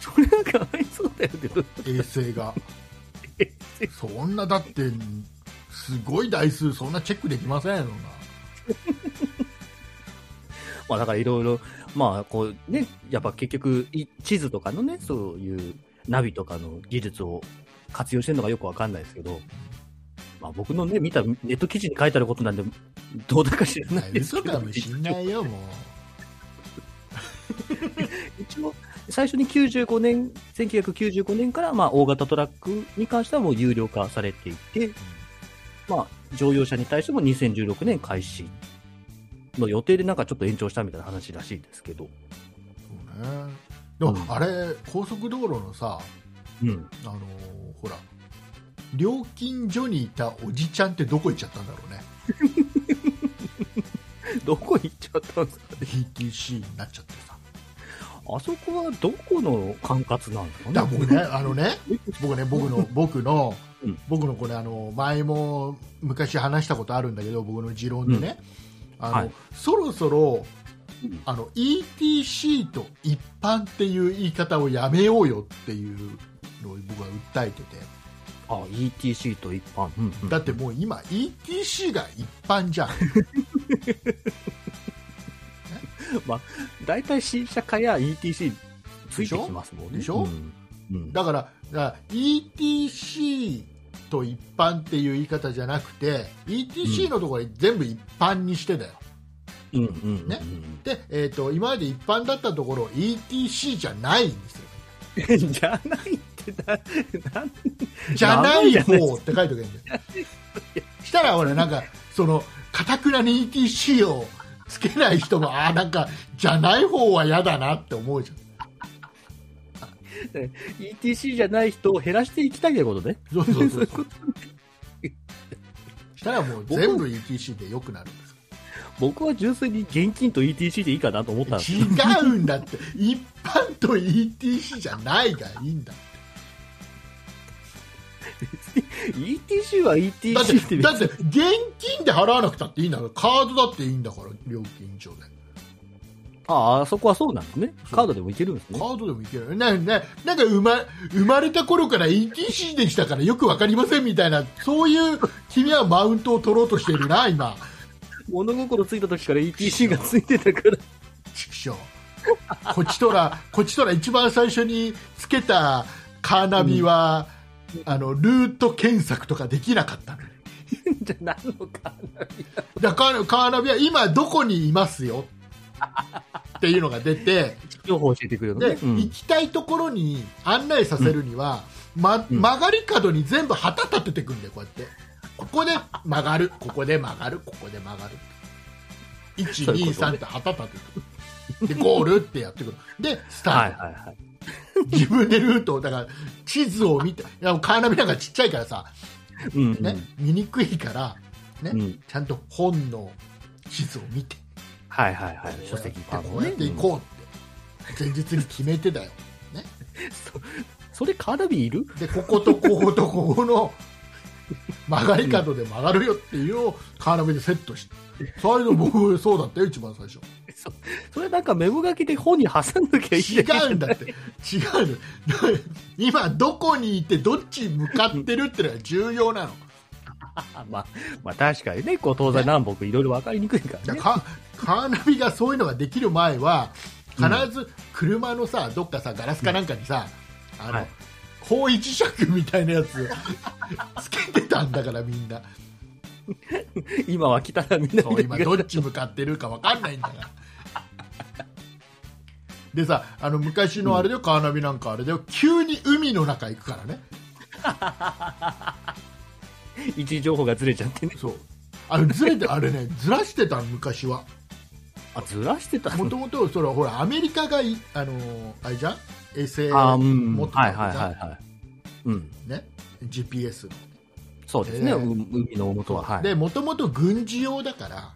それはかわいそうだよね衛星 がそんなだってすごい台数そんなチェックできませんよなまあだからいろいろまあこうねやっぱ結局い地図とかのねそういうナビとかの技術を活用してるのがよくわかんないですけど、まあ、僕のね見たネット記事に書いてあることなんでどうだか知らないです嘘けどかもしんないよもう一応、最初に95年、1995年から、まあ、大型トラックに関してはもう有料化されていて、まあ、乗用車に対しても2016年開始の予定でなんかちょっと延長したみたいな話らしいですけど。そうねでも、うんあれ高速道路のさうん。あのーほら料金所にいたおじちゃんってどこ行っちゃったんだろうね どこ行っちゃったんですか PTC になっちゃってさあそこはどこの管轄なんですかねだから僕ね、あのね、僕ね、僕の、僕のうん、僕のこれ、あの、前も昔話したことあるんだけど、僕の持論でね、あの、はいそろそろうん、あの、ETC と一般っていう言い方をやめようよっていうのを僕は訴えてて、あ、ETC と一般。うん、うんだってもう今、ETC が一般じゃん。大体新車化や ETC ついてきますもんね。でしょうんうんだから、だから ETC と一般っていう言い方じゃなくて、ETC のところに全部一般にしてだよ。うんうんうんうんねで、えー、と今まで一般だったところ ETC じゃないんですよ じゃないってな、なんじゃないやばいじゃない方って書いておけんじゃんしたら俺なんかそのかたくなに ETC をつけない人もああなんかじゃない方は嫌だなって思うじゃん ETC じゃない人を減らしていきたいということね。そうそうそうそういうしたらもう全部 ETC でよくなるんです僕は純粋に現金と ETC でいいかなと思ったんですけど違うんだって一般と ETC じゃないがいいんだ ETC だはって ETC ってだって現金で払わなくたっていいんだからカードだっていいんだから料金上でああそこはそうなんですね。カードでもいけるんですカね。ードでもいけるなななんか生ま生まれた頃から ETC でしたからよくわかりませんみたいなそういう君はマウントを取ろうとしているな今物心ついた時から ETC がついてたから。畜生こっちとらこっちとら一番最初につけたカーナビは、あのルート検索とかできなかったのじゃあ何のカードだからカーナビは今どこにいます よっていうのが出て情報を教えてくれるので、ね。うん行きたいところに案内させるには、ま、うん曲がり角に全部旗立ててくんだよこうやってここで曲がるここで曲がるここで曲がるそういうこと123っねて旗立ててでゴールってやってくるでスタート、はいはいはい。自分でルートをだから地図を見ていやカーナビなんかちっちゃいからさ、うんうん。ね見にくいから、ねうんちゃんと本の地図を見てはいはいはい。書籍こうやって行こうって前日に決めてだようんそそれカーナビいる でこことこことここの曲がり角で曲がるよっていうのをカーナビでセットしてそれで僕そうだったよ一番最初そそれなんかメモ書きで本に挟んなきゃいけない。違うんだって違うんだ今どこにいてどっちに向かってるってのが重要なのあ まあ、まあ確かにね、こう東西南北いろいろ分かりにくいからだね。かカーナビがそういうのができる前は必ず車のさどっかさガラスかなんかにさ、あの、はい 方位磁石みたいなやつつけてたんだからみんな今は来たら見ないそうで今くださどっち向かってるか分かんないんだからでさあの昔のあれでカーナビなんかあれで急に海の中行くからねい位置情報がずれちゃってねそうあれずれてあれねずらしてたの昔 はあずらしてたものともとそれはほらアメリカがいあのあれじゃん衛星あーうん持ってはたいはいわけじはいゃはいうんんね GPS のそうですね、えーう海の大元ははいでもともと軍事用だから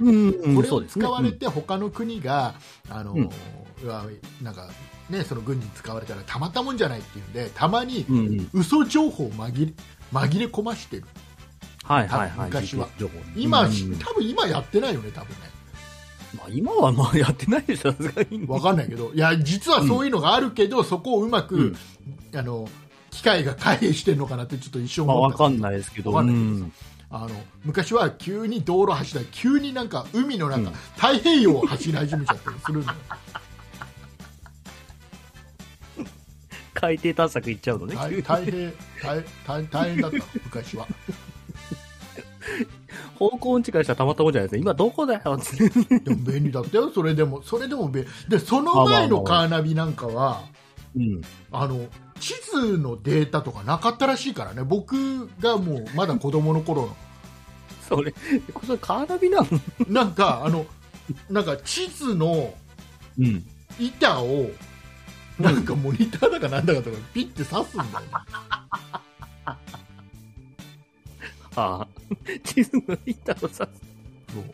うんうんこれそをうですね使われて他の国が、あのうんうわなんかねその軍に使われたらたまったもんじゃないっていうんでたまにうんうんうん嘘情報を紛れ紛れ込ましてるはいはいはい昔は情報ね今、うんうん多分今やってないよね多分ねまあ、今はまあやってないでしょさすがにわかんないけどいや実はそういうのがあるけど、そこをうまく、うんあの機械が回避してるのかなってちょっと一瞬まあ思っわた、かんないですけどわかんないうんあの昔は急に道路走ったり急になんか海の中、うん太平洋を走り始めちゃったりするのよ海底探索行っちゃうのね大大変大大大変だった昔は。方向音痴からしたらたまったもんじゃないですね今どこだよってでも便利だったよ、それでも、それでも便でその前のカーナビなんかは、うんあの地図のデータとかなかったらしいからね、僕がもうまだ子供の頃の、それそれカーナビなのなんか、あのなんか地図のうん板を、なんかモニターだかなんだかとか、ピッて刺すんだよね、 ああ地図の板をそさう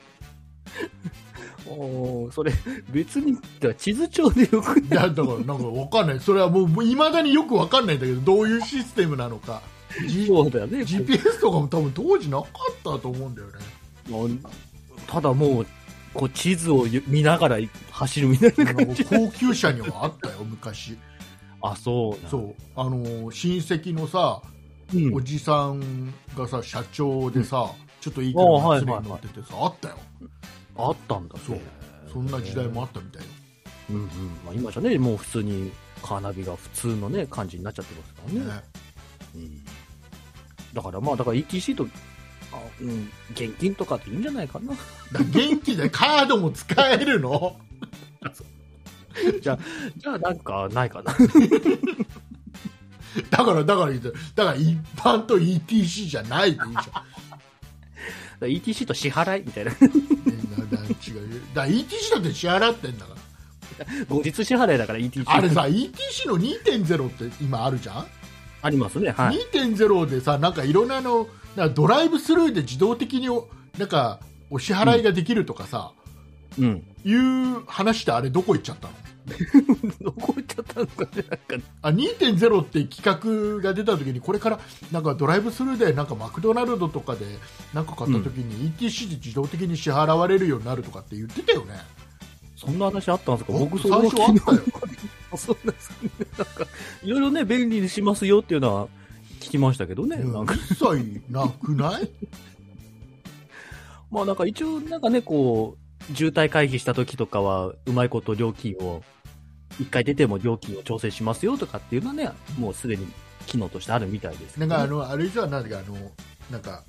おーそれ別にだから地図帳でよくいやだから、なんかわかんない、それはもう、いまだによくわかんないんだけど、どういうシステムなのか、G- そうだよね GPS とかも多分当時なかったと思うんだよね。もうただもうこう地図を見ながら走るみたいな感じ高級車にはあったよ、 昔。あそうなんそうあのー親戚のさ、うんおじさんがさ社長でさ、ちょっといい車に連れ乗っててさ、あったよあったんだねそうそんな時代もあったみたいよ、うんうんまあ、今じゃねもう普通にカーナビが普通のね感じになっちゃってますからね、ねうん、だからまあだから ETC とあ、うん、現金とかっていいんじゃないかなだから元気でカードも使えるの じゃあなんかないかなだからだから言ってだから一般と ETC じゃないでいいじゃん ETC と支払いみたい なねだだ違うだから ETC だって支払ってんだから後日支払いだから ETC あれさ ETC の2.0って今あるじゃん、ありますねはい2.0でさなんかいろんなあのなんかドライブスルーで自動的におなんかお支払いができるとかさ、うんいう話ってあれどこ行っちゃったのどこ行っちゃったのかねなんかあ2.0って企画が出た時にこれからなんかドライブスルーでなんかマクドナルドとかでなんか買った時に ETC で自動的に支払われるようになるとかって言ってたよね、そんな話あったんですかほん僕とそ最の初あったよそうなんですかねなんかいろいろね便利にしますよっていうのは聞きましたけどね、うなんんか一切なくないまあなんか一応なんかね、こう、渋滞回避した時とかは、うまいこと料金を、一回出ても料金を調整しますよとかっていうのはね、もうすでに機能としてあるみたいですけなどんね、かあのあれじゃなんかあのなんか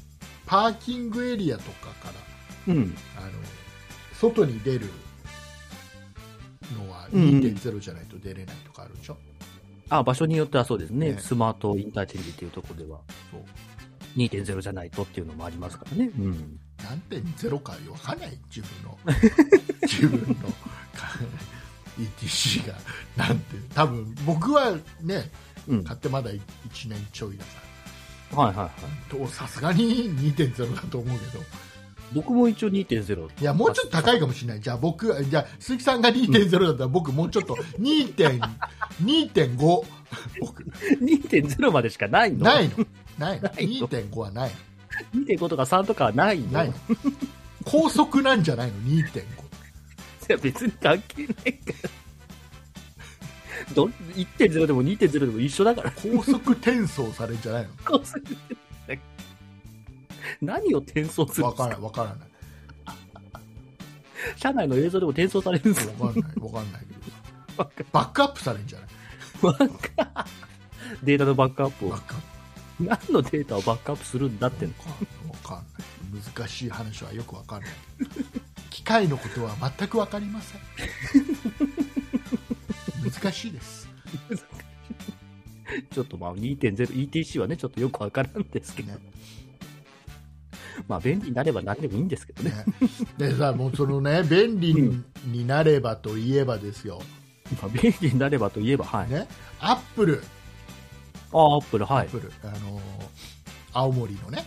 パーキングエリアとかからうん。あの外に出るのはうんうん2.0じゃないと出れないとかあるでしょ、あ、場所によってはそうですね。ねスマートインターチェンジっていうところでは、そう2.0じゃないとっていうのもありますからね。うん。何点ゼロか分かんない自分の 自分のか ETC がなんて多分僕はねうん。は買ってまだ1年ちょいだかいはいはい。らとさすがに2.0だと思うけど僕も一応2.0。いやもうちょっと高いかもしれないじゃあ僕じゃあ鈴木さんが2.0だったら僕もうちょっと2.2.5僕2.0までしかないのないのないのないの2.5はないの ?2.5 とか3とかはないのない の高速なんじゃないの2.5いや別に関係ないから。ど1.0でも2.0でも一緒だから。高速転送されるんじゃないの高速で何を転送するんわでかすらかないわからない車内の映像でも転送されるんですかわかんないわかんないけどバックアップされるんじゃないバックアップデータのバックアップバをックアッ何のデータをバックアップするんだってプわのかんないわかんない難しい話はよくわかんない機械のことは全くわかりません難しいですちょっとまあ 2.0ETC はね、ちょっとよくわからんですけど、ねまあ便利になれば何でもいいんですけどね。ねでさもうそのね便利になればといえばですよ、まあ便利になればといえば、はい。ね、アップルああ、アップル、はアいッ。プル、あのー青森のね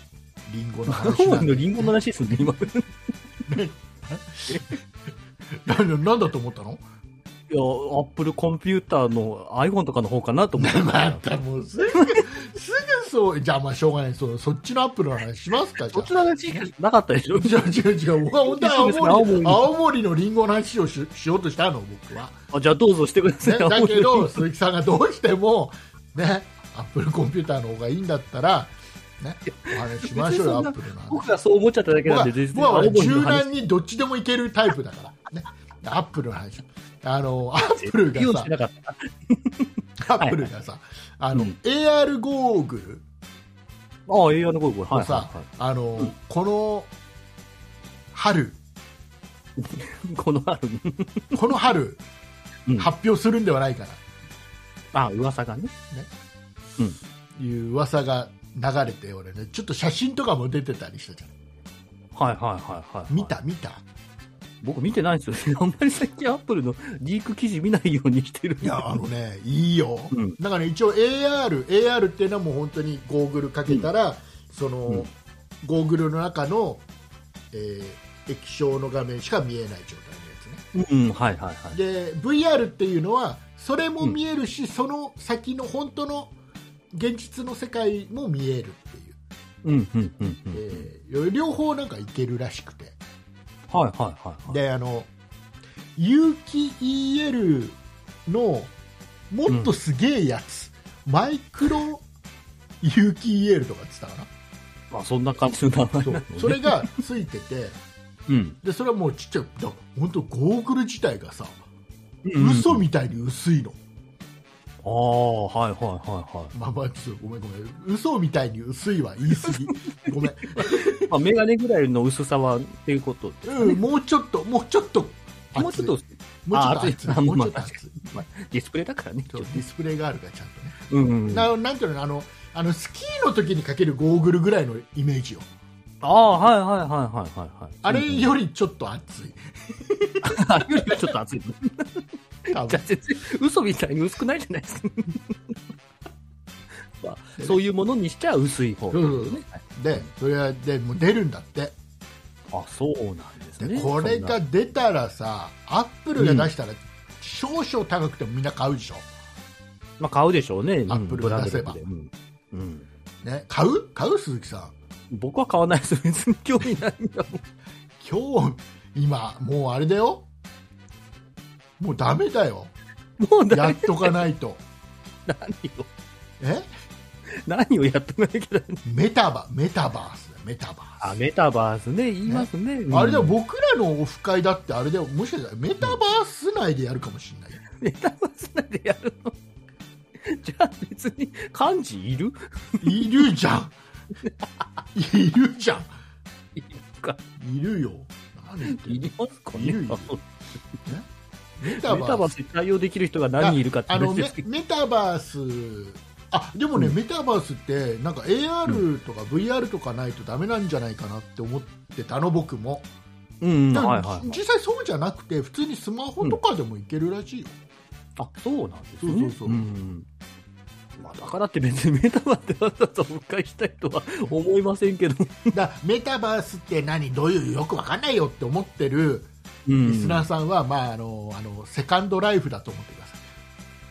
リンゴの青話 なん森のでリンゴの話ですね、今。いななんだと思ったのや、アップルコンピューターの iPhone とかの方かなと思って。またもうすぐすぐそうじゃあまあしょうがないそうそっちのアップルの話しますかじそゃっちの話なかったでしょあ違う違う違う僕は本当は青青森森青森のリンゴの話をししようとしたの僕は、あじゃあどうぞしてくださね、 い。青だ森けど鈴木さんがどうしてもねアップルコンピューターの方がいいんだったらねお話しましょうよア別にそんなップルの話僕がそう思っちゃっただけなんで、全僕然は青僕は森柔の話。軟にどっちでもいけるタイプだから、ね、アップルの話あのアップル用意がしてなかった。さアップルがさ、あのうん AR ゴーグルああ、映画の声、これ。はをい、さは、いはあの、この春い。このある、この春、うん発表するんではないかな あ噂がね。という噂が流れて俺ねちょっと写真とかも出てたりしたじゃんはいはいはいはい。見た見た僕見てないんですよ。あん まり最近アップルのリーク記事見ないようにしてるんでいやあのねいいよ、うんだから、ね、一応 AR, AR っていうのはもう本当にゴーグルかけたら、その、うんゴーグルの中の、えー液晶の画面しか見えない状態うん、はいはいはい。のやつねで VR っていうのはそれも見えるし、その先の本当の現実の世界も見えるっていう、うん、うん、うん。うんえー両方なんかいけるらしくてはいはいはい。はいであの有機 EL のもっとすげえやつ、マイクロ有機 EL とかって言ったかまあそんな感じの名な前そなのう ねそれがついてて うん。でそれはもうちっちゃいだ本当ゴーグル自体がさうん嘘みたいに薄いの、ああ、はいはいはいはまあまあちょっとごめんごめん嘘みたいに薄いは言い過 ぎごめん、い。まあメガネぐらいの薄さはっていうことですかうねん、。もうちょっともうちょっともうちょ厚いっともうちょっあと熱い厚いもうちょっと熱いまあディスプレイだからね。そうディスプレイがあるからちゃんとねうんうん。あななんていうのあのあのスキーの時にかけるゴーグルぐらいのイメージよあ、はいはいはいはいはいはい。あれうん、よりちょっと熱い、あれよりはちょっと 熱い。多 じ分ゃあ全然嘘みたいに薄くな いじゃないですか。まあそういうものにしちゃ薄い方そうそうそうはいでそれはでもう出るんだってあ、そうなんですでね。これそがんな出たらさアップルが出したら少々高くてもみんな買うでしょ、まあ買うでしょうね。アップルブランド出せば力でうんうん。ね、買う買う鈴木さん僕は買わないです。別に興味ないんだもん。今日今もうあれだよもうダメだよもうや何っとかないとを、え何をやっとかなきゃいけない。メタバメタバースだよメタバースあ、メタバースね、言いますね。うんあれだよ、僕らのオフ会だってあれだよ、もしかしたらメタバース内でやるかもしれないよ。メタバース内でやるの。じゃあ別に漢字いるいるじ ゃん。いるじゃいるか。ん。いるよ。何言ってんいのりますかいね。るいるあメタのメタババーース。スに対応できる人が何人いるかってあの話でメすけど。メタバース、あでもね、うんメタバースって、なんか AR とか VR とかないとダメなんじゃないかなって思ってたの、僕も。うん、でもはいはい。実際そうじゃなくて、普通にスマホとかでもいけるらしいよ。あ、そうなんですね。そうそうそうんまあ、だからって別にメタバースでわざわざ復活したいとは思いませんけど。だからメタバースって何、どういう、よくわかんないよって思ってる。うんリスナーさんは、まあ、あのあのセカンドライフだと思っ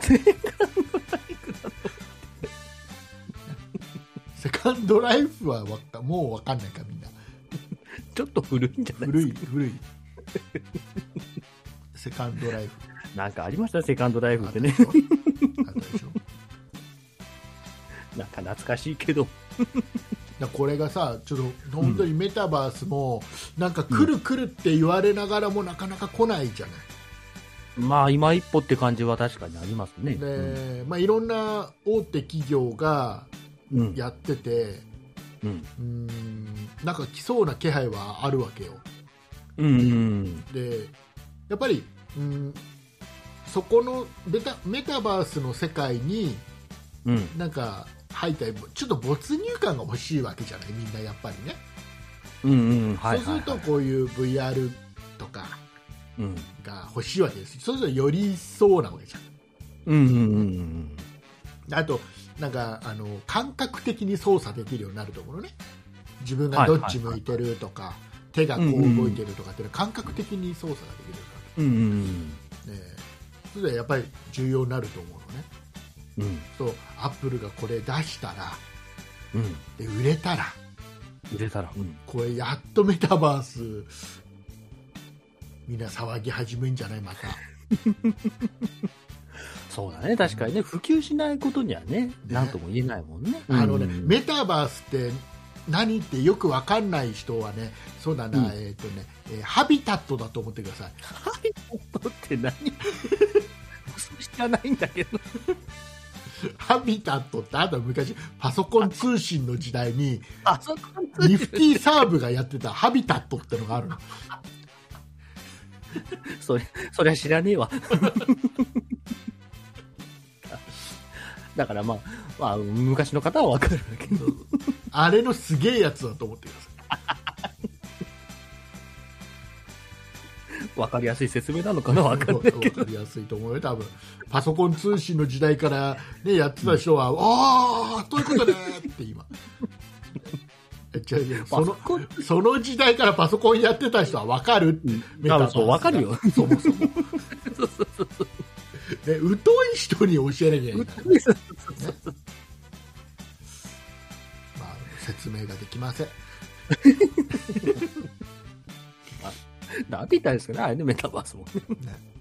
てください。 セカンドライフはわかもう分かんないかみんなちょっと古いんじゃないで古すいか。古いセカンドライフなんかありましたセカンドライフってあっね。たでしょあったでしょなんか懐かしいけど。だこれがさちょっと本当にメタバースも、なんか来る来るって言われながらもなかなか来ないじゃない、まあ、今一歩って感じは確かにありますね。で、まあ、いろんな大手企業がうん、やっててうん。うーんなんか来そうな気配はあるわけようんうんでやっぱりうんそこのメタメタバースの世界にうん。うん。なんか入ったりちょっと没入感が欲しいわけじゃないみんなやっぱりね、うんうん。はいはい、はい。そうするとこういう VR とかうん。が欲しいわけですそうするとよりそうなわけじゃんうんうんうんうん。あとなんかあの感覚的に操作できるようになるところね自分がどっち向いてるとか、手がこう動いてるとかっていうのは感覚的に操作ができるようんうんうになる、ええそれでやっぱり重要になると思うのねうん。うん。そうアップルがこれ出したらうん。で売れたら入れたら。うん。これやっとメタバースみんな騒ぎ始めんじゃないまたそうだね。確かにね。普及しないことにはね、なんとも言えないもんね。あのね、うんメタバースって何ってよくわかんない人はね、そうだな、うんえっ、とね、えーハビタットだと思ってください。 音って何知らないんだけど。ハビタットってあと昔パソコン通信の時代にあそこニフティサーブがやってたハビタットってのがあるの。それ、そりゃ知らねえわ。だからまあ、まあ、昔の方はわかるけど。あれのすげえやつだと思ってください。わかりやすい説明なのかなわかんないけど。わかりやすいと思うよ、多分。パソコン通信の時代から、ね、やってた人は、ああ、ということねって今。え違う違うそのパソコンその時代からパソコンやってた人は分かるって、メタバースそうわかるよ。そもそも。ね、疎い人に教えなきゃいけないから、まあ、説明ができません。なんて言ったらいいんですかね、あれね、メタバースもね。ね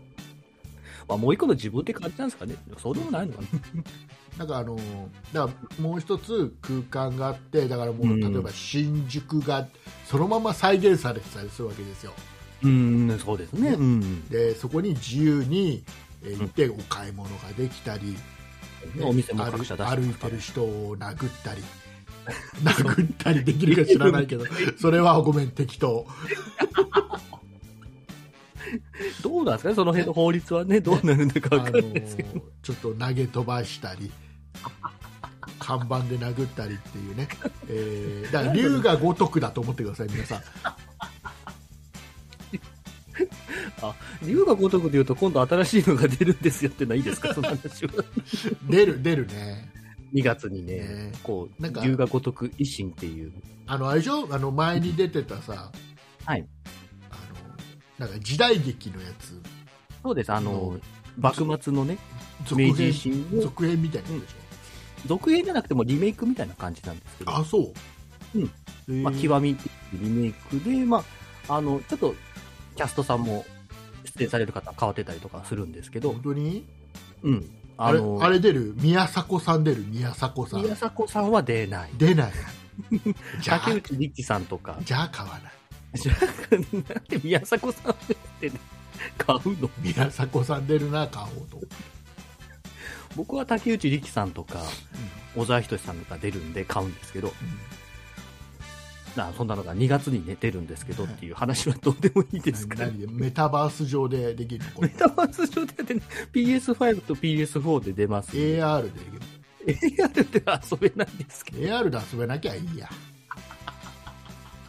まあ、もう一個の自分って感じなんですかね。そうでもないのかな。なんかあのーだからもう一つ空間があってだからもううん例えば新宿がそのまま再現されてたりするわけですようん、そうですね。うん。でそこに自由にえー行ってお買い物ができたり、ねお店も各社出して歩るいてる人を殴った り殴ったりできるか知らないけどそれはごめん適当どうなんですかね、その辺の法律はね、どうなるのあかわのかんないですけど。ーちょっと投げ飛ばしたり看板で殴ったりっていうね、えーだから龍が如くだと思ってください皆さん龍が如くで言うと、今度新しいのが出るんですよってのはいいですか、その話は。出る出るね2月にね、ねこうなんか龍が如く維新っていう、あのあれでしょあの前に出てたさ、はいあのなんか時代劇のやつそうです、あのう、幕末のね、続明編治維新の続編みたいなやつでし続編じゃなくてもリメイクみたいな感じなんですけょ、ど、あそうう、んんまあ、極みっていうリメイクで、まあ、あの、ちょっとキャストさんも出演される方変わってたりとかするんですけど本、当にうん、ああれの、あれ出る宮迫さん出る宮迫さん宮迫さんは出ない。出 ないじゃあ竹内力さんとか、 じゃあ買わないなんで宮迫さん出て買うの宮迫さん出るな買おうと、僕は竹内力さんとか、小沢仁志さんとか出るんで買うんですけど、なそんなのが2月に、ね、出るんですけどっていう話はどうでもいいですから、何何メタバース上でできるのこメれタバース上でやって、ね、PS5 と PS4 で出ます、 AR でできる AR では遊べないんですけど、 AR で遊べなきゃいいや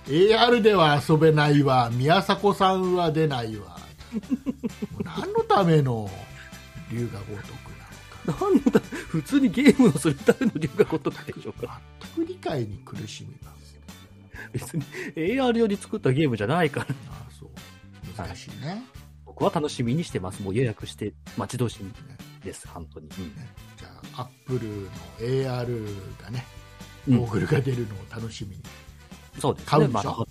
AR では遊べないわ宮迫さんは出ないわもう何のための龍が如くななんだ、普通にゲームをするための理由がことなんでしょうのか、か全く理解に苦しみます別に AR 用に作ったゲームじゃないから、ああそう難しいね、僕は楽しみにしてます、もう予約して、待ち遠しみです、本当に。ねじゃあアップルの AR がねうんゴーグルが出るのを楽しみにそうですね、買うんでしょまあ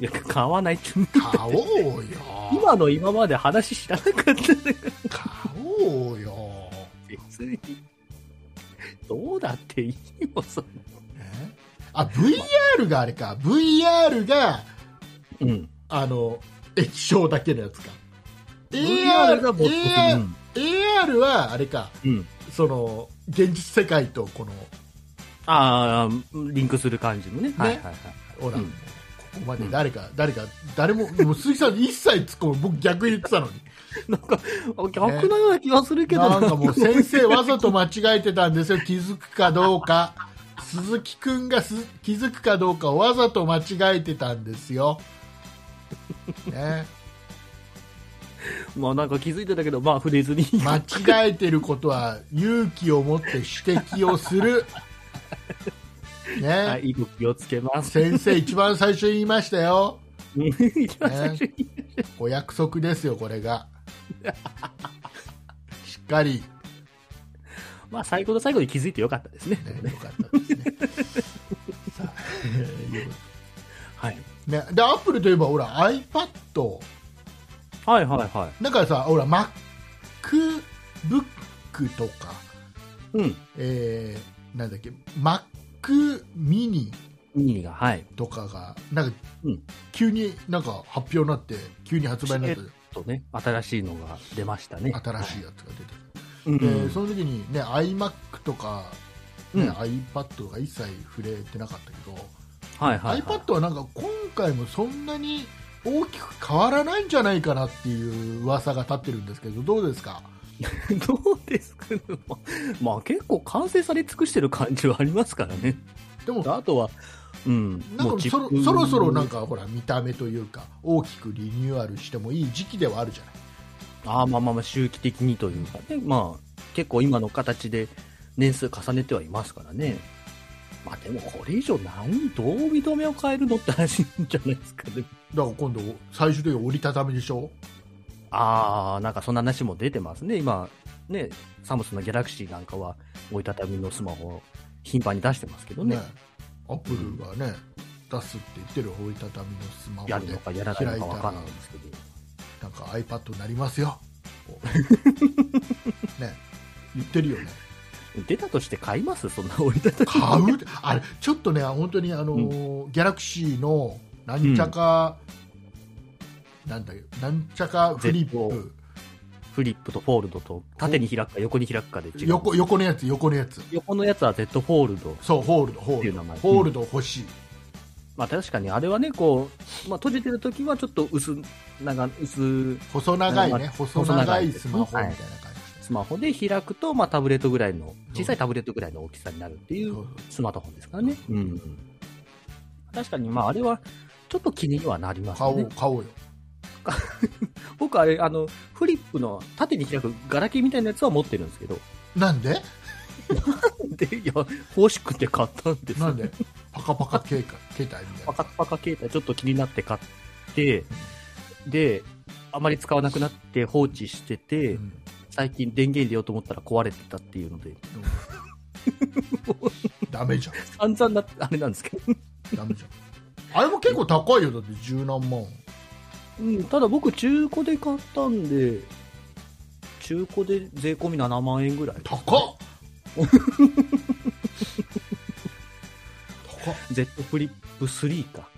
いや買わないって買おうよ 今の今まで話知らなかったんだから買おうよ、別にどうだっていいよそねあ VR があれか VR がうんあの液晶だけのやつか VR AR, がもっと AR, AR はあれかうんその現実世界とこのああ、リンクする感じのね。はいはいはい。ほら、うんここまで誰か、誰か、誰も、もう鈴木さん一切突っ込む、僕逆言ってたのに。なんか、逆のような気がするけどなんかもう先生わざと間違えてたんですよ、気づくかどうか。鈴木くんがす気づくかどうかをわざと間違えてたんですよ。ね、 まあなんか気づいてたけど、まあ触れずに。間違えてることは勇気を持って指摘をする。ね、はい、いい気をつけます。先生一番最初に言いましたよ。一番最初にお約束ですよ、これが。しっかり、 まあ最後の最後に気づいてよかったですね。ね、よかったですね。さあ、えーいうこはい。とね、で、アップルといえば、ほら、iPad。はいはいはだからさ、ほら、MacBook とか、い。うん。えー、なんだっけ、Mac mini ミニが、はい。とかが、なんか、うん急になんか発表になって、急に発売になっとね、新しいのが出ましたね。て、新しいやつが出て。い。うんで、その時にね iMac とか、ねうん iPad とか一切触れてなかったけど、はいはいはい。 iPad はなんか今回もそんなに大きく変わらないんじゃないかなっていう噂が立ってるんですけどどうですか どうですかねまあまあ結構完成され尽くしてる感じはありますから ね。でもあとは、うん。なんもうかチそろップそろそろなんかほら見た目というか大きくリニューアルしてもいい時期ではあるじゃないああまあまあまあ周期的にというかね、まあ結構今の形で年数重ねてはいますからね。まあでもこれ以上何、どう認めを変えるのって話じゃないですかね。 だから今度最終的に折りたたみでしょああ、なんかそんな話も出てますね。今、ね、サムスンのギャラクシーなんかは折りたたみのスマホを頻繁に出してますけどね。ねアップルがね、出すって言ってる折りたたみのスマホやるのでかやらないのかわかんないんですけど。なんか iPad になりますよ。こ うね、言ってるよね。出たとして買いますそんな折りたたみ。買うあれちょっとね、本当にあのーギャラクシーのなんちゃか、なんだよ、なんちゃかフリップ、フリップとフォールドと縦に開くか横に開くかで違う。横横のやつ、横のやつ。横のやつは Z フォールド。そう、ホールド、ホールっていう名ド。前ホールド欲しい。まあ確かにあれはね、こう、まあ閉じてる時はちょっと薄、なんか薄細長いまね、あ細長いスマホみたいなは感いじ。スマホで開くと、まあタブレットぐらいの、小さいタブレットぐらいの大きさになるっていそううスマートフォンですからね。うん。確かに、まああれは、ちょっと気にはなります買おうね。、買おうよ。僕あれ、あの、フリップの縦に開くガラケーみたいなやつは持ってるんですけど、 なんでで、いや、欲しくて買ったんですよなんでパカパカ携帯携帯みたいパな。カパカ携帯ちょっと気になって買って、で、あまり使わなくなって放置してて、うん最近電源入れようと思ったら壊れてたっていうので、ダメじゃん。 散々な、あれなんですけど。ダメじゃん。あれも結構高いよ、だって十何万。うん、ただ僕中古で買ったんで、中古で税込み7万円ぐらい。高っ高っ Z フリップ3か。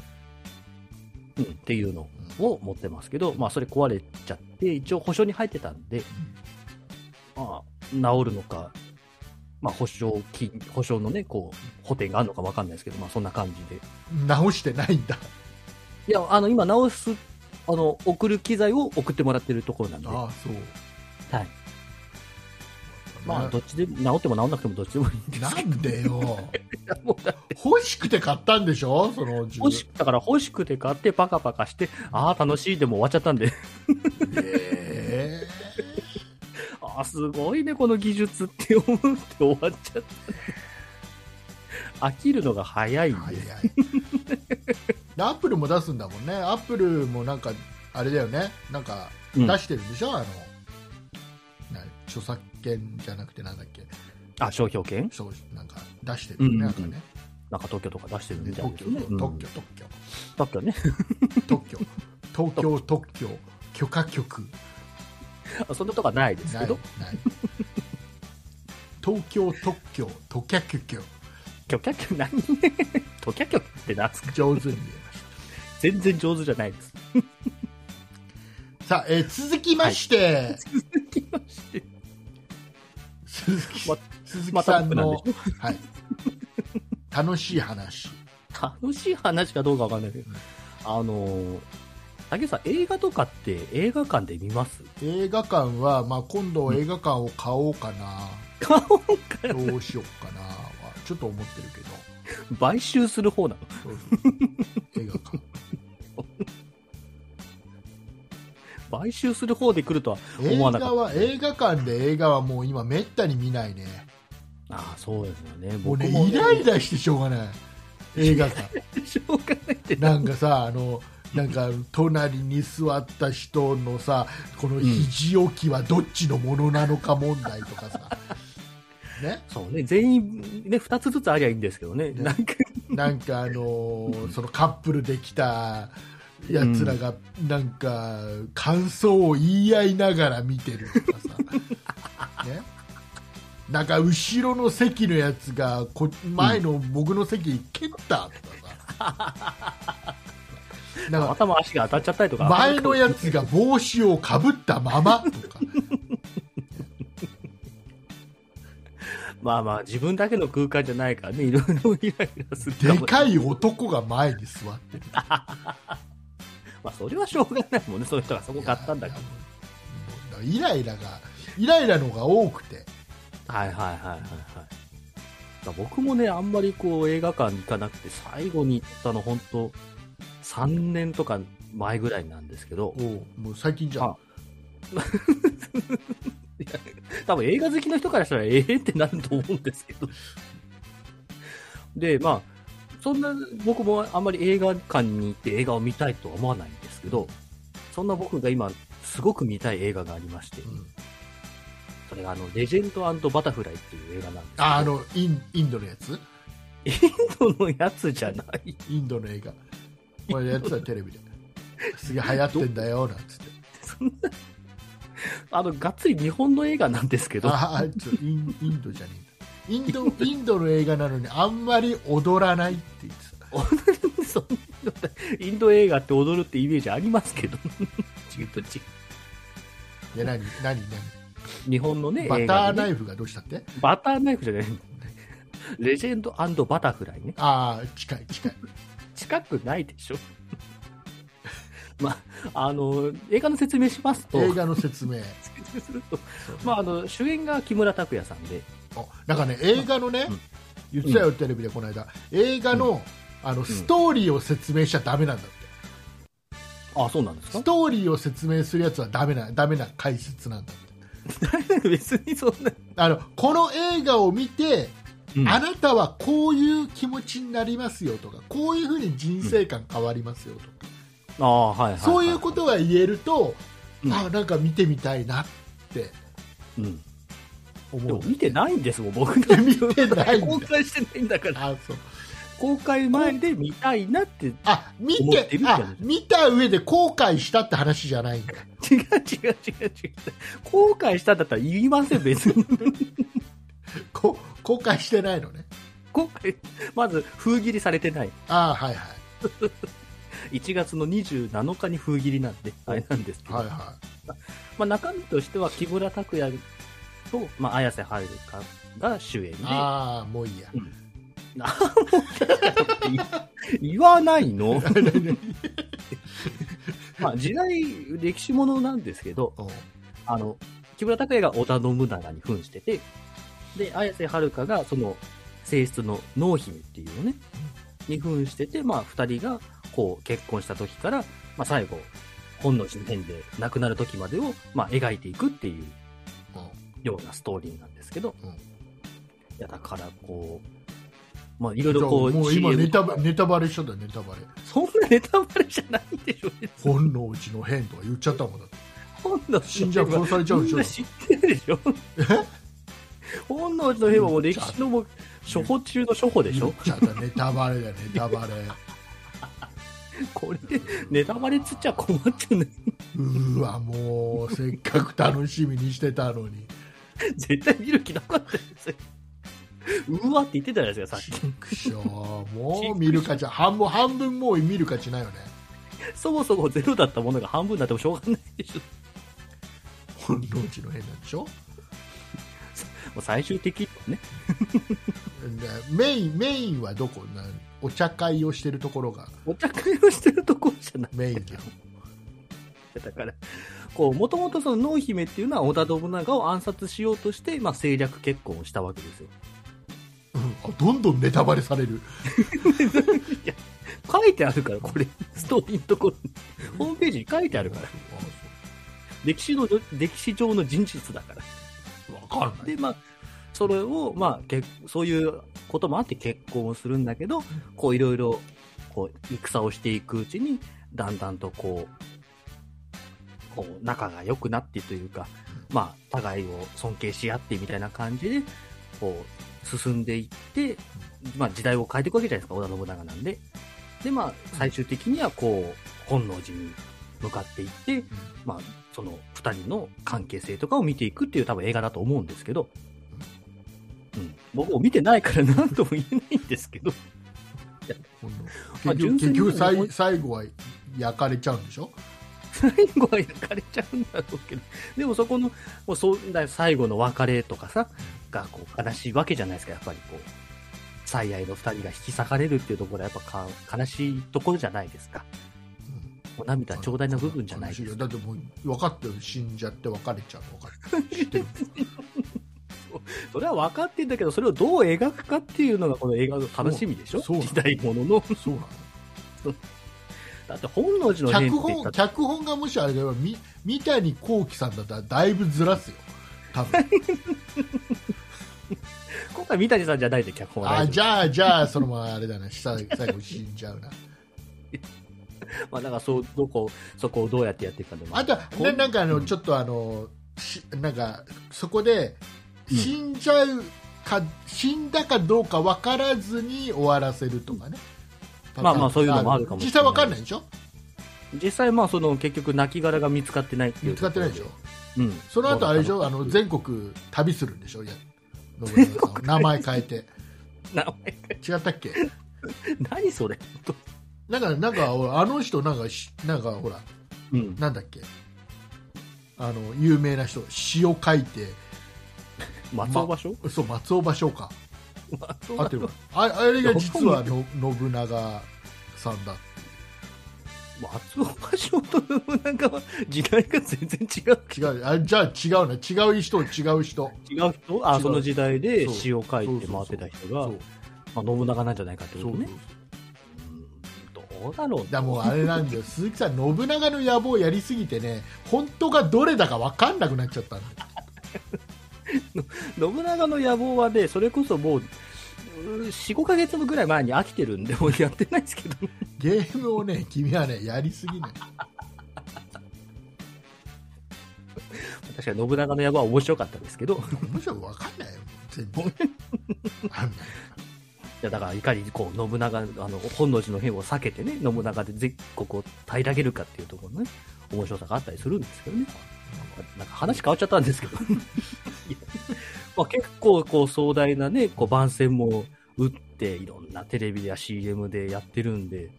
うん、っていうのを持ってますけど、まあそれ壊れちゃって、一応保証に入ってたんで、まあ、治るのか、まあ保証金、保証のね、こう、補填があるのかわかんないですけど、まあそんな感じで。直してないんだ。いや、あの、今直す、あの、送る機材を送ってもらってるところなんで。ああ、そう。はい。まあ、どねっちでも、治っても治んなくてもどっちでもいいんでなすけど。んでよ。もうだ欲しくて買ったんでしょその十欲し、だから欲しくて買ってパカパカして、ああ、楽しいでも終わっちゃったんで、えああ、すごいね、この技術って思って終わっちゃった。飽きるのが早いえんはいではす。い。でアップルも出すんだもんね。アップルもなんか、あれだよね。なんか、うん出してるんでしょ、あの、な著作権じゃなくてなんだっけ。あ、商標権そう、なんか出してるよね、うんうんうんなんかね。なんか東京とか出してるでみたい特です許、ね。特うん許、特許。特許ね。特許東京特許許可局あそんなとこはないですなけいど、ない東京特許特許局キョキャキョ、何 トキャキョって懐か上手に言えまし全然上手じゃないです。たさあ、えー続きまして、続きまして、鈴木ま鈴木まさたん僕なんの、でしょはい楽しい話楽しい話かどうかわかんないけど、あのー、竹内さん、映画とかって映画館で見ます映画館は、まあ、今度映画館を買おうかな、顔からどうしようかなはちょっと思ってるけど買収する方なのそうそう映画館買収する方で来るとは映 思わなか画っは映画館で映画はもう今めったに見ないねた。ああ、そうですよね。もう僕ねも、イライラしてしょうがない映画館しょうがないってな。なんかさあのなんか隣に座った人のさこの肘置きはどっちのものなのか問題とかさ、ねそうね、全員、ね、二つずつありゃいいんですけどね。ねなんか、なんかあのーそのカップルで来たやつらがなんか感想を言い合いながら見てるとかさ、ね、なんか後ろの席のやつがこ前の僕の席蹴ったとかさ、なんか頭足が当たっちゃったりとか。前のやつが帽子をかぶったままとか。まあまあ、自分だけの空間じゃないからね、いろいろイライラするでい。かい男が前に座ってるまあ、それはしょうがないもんね、そういう人がそこ買ったんだかいやいやもうイライラがイライラのが多くてら。はいはいはいはいはい。だから僕もね、あんまりこう映画館行かなくて、最後に行ったの、本当3年とか前ぐらいなんですけど、おうもう最近じゃんあ多分映画好きの人からしたらええってなると思うんですけど。で、まあ、そんな僕もあんまり映画館に行って映画を見たいとは思わないんですけど、そんな僕が今すごく見たい映画がありまして、うんそれがあの、レジェンドバタフライっていう映画なんですけど、ああのインインドのやつそのやつじゃない。インドの映画これやってたテレ ビですげえ流行ってんだよなんつってそんな、あの、がっつり日本の映画なんですけど、ああちょインインドじゃねえんだインドインドの映画なのにあんまり踊らないって言ってたそんなインド映画って踊るってイメージありますけど、ちょっとちいや何何日本のね、何バター映画でねナイフがどうしたって、バターナイフじゃない。レジェンドバタフライね。ああ近い近い近くないでしょ。まあ、あの、映画の説明しますと、映画の説明説明するとそうまあ、あの、主演が木村拓哉さんで、あなんかね映画のね、うん言ってたよテレビでこの間映画の,、あのストーリーを説明しちゃダメなんだって、あ、そうなんですスかトーリーを説明するやつはダメなダメな解説なんだって別にそんな、あのこの映画を見て、ああなたはこういう気持ちになりますよとかこういうふうに人生観変わりますよとか、あ、はい、はいはい。そういうことが言えると、うんあなんか見てみたいなってうん。思でうも見てないんですもん、僕いや 見てないんだ公開してないんだから。あそう公開前で見たいなって、違うあ見思っててみたらあ見た上で後悔したって話じゃないんだ違う違う違う。後悔したんだったら言いません、別に。 こ後悔してないのね今回、まず封切りされてない。ああはいはい1月の27日に封切りなんで、あれなんですけど、はいはまあ、中身としては木村拓哉と、まあ、綾瀬はるかが主演でい、ああもういいやい言わな いのまあ時代、歴史ものなんですけど、おうあの、木村拓哉が織田信長に扮してて、で、綾瀬はるかがその性質の濃姫っていうのね、に扮してて、まあ二人がこう結婚した時から、まあ最後、本能寺の変で亡くなる時までを、まあ描いていくっていうおうようなストーリーなんですけど、うんいやだからこう、まあいろいろこう、もう今 CM ネタバネタバレしちゃったよネタバレそんなネタバレじゃないでしょ、別に本能寺の変とか言っちゃったもん だって本能寺の変死んじゃう殺されちゃうでみしんょな知ってるでしょ本能寺の変はもう歴史のもう初歩中の初歩でし言ょっちゃったネタバレだよネタバレこれで ネタバレつっちゃ困っちゃうねうーわもうせっかく楽しみにしてたのに絶対見る気なかったですようわって言ってたじゃないですかさっきくしょうもう見る価値は半分半分もう見る価値ないよねそもそもゼロだったものが半分になってもしょうがないでしょ本能寺の変なんでしょう最終的でね。メインメインはどこなんお茶会をしてるところがお茶会をしてるところじゃない。メインだよだから、こう、もともとその濃姫っていうのは織田信長を暗殺しようとして、まあ、政略結婚をしたわけですよ。うんあどんどんネタバレされる書いてあるから、これ、ストーリーのところに。ホームページに書いてあるから。歴史の、歴史上の人実だから。わかんないで、まあ、それを、まあ、結そういうこともあって結婚をするんだけど、こう、いろいろ、こう、戦をしていくうちに、だんだんとこう、こう、仲が良くなってというか、まあ、互いを尊敬し合ってみたいな感じで、こう、進んでいって、まあ、時代を変えていくわけじゃないですか、織田信長なんで。で、まあ、最終的には、こう、本能寺に向かっていって、まあ、その2人の関係性とかを見ていくっていう多分映画だと思うんですけど、うん、僕も見てないから何とも言えないんです けど、今度まあ結純局粋結に局最最後は焼かれちゃうんでしょ最後は焼かれちゃうんだろうけど、でもそこの、もうそうだ最後の別れとかさ、がこう悲しいわけじゃないですか、やっぱりこう、最愛の2人が引き裂かれるっていうところはやっぱか悲しいところじゃないですか。お涙頂戴の部分じゃないですよか。だってもう分かってる死んじゃって別れちゃうの分かってる知って るそれは分かってんだけど、それをどう描くかっていうのがこの映画の楽しみでしょそうそう時代ものの。そうなのだって本能寺の変脚って言本ったって脚本がもしあれだよみ三谷幸喜さんだったらだいぶずらすよ 多分今回三谷さんじゃないで脚本はあ大じ丈ゃあじゃあそのままあれだな 最後死んじゃうな夫まあだからそうどこそこをどうやってやっていくかでもあとはこうななんかあの、うんちょっとあのしなんかそこでうん死んじゃうか、死んだかどうか分からずに終わらせるとかね、まあまあそういうのもあるかもしれな実際い分かんないでしょ実際まあその結局亡骸が見つかってないっていう使ってないでしょうんその後あれでしょあの全国旅するんでしょいや信長さん名前変えて名前 違ったっけ何それなんかなんか俺あの人なんかしなんかほらうんなんだっけあの有名な人詩を書いて松尾芭蕉そう松尾芭蕉か松尾合ってるわああれが実はの信長さんだ松尾芭蕉と信長は時代が全然違う違うあじゃあ違うな違う人違う人違う人あ違うその時代でそう詩を書いそうてそう回っそうてた人がそうまあ信長なんじゃないかってこそとうそうねうんどうだろうだもうあれなんだよ鈴木さん信長の野望やりすぎてね本当がどれだか分かんなくなっちゃったんだよ信長の野望はね、それこそもう、45ヶ月ぐらい前に飽きてるんで、もうやってないですけど、ゲームを ね君はねやりすぎない確かに信長の野望は面白かったですけど、い面白く分かんないよ全然あんなやだからいかにこう信長、あの本能寺の変を避けてね、信長で全国を平らげるかっていうところのね、面白さがあったりするんですけどね、なんか話変わっちゃったんですけど、いやまあ、結構こう壮大なね、こう番宣も打って、いろんなテレビや CM でやってるんで、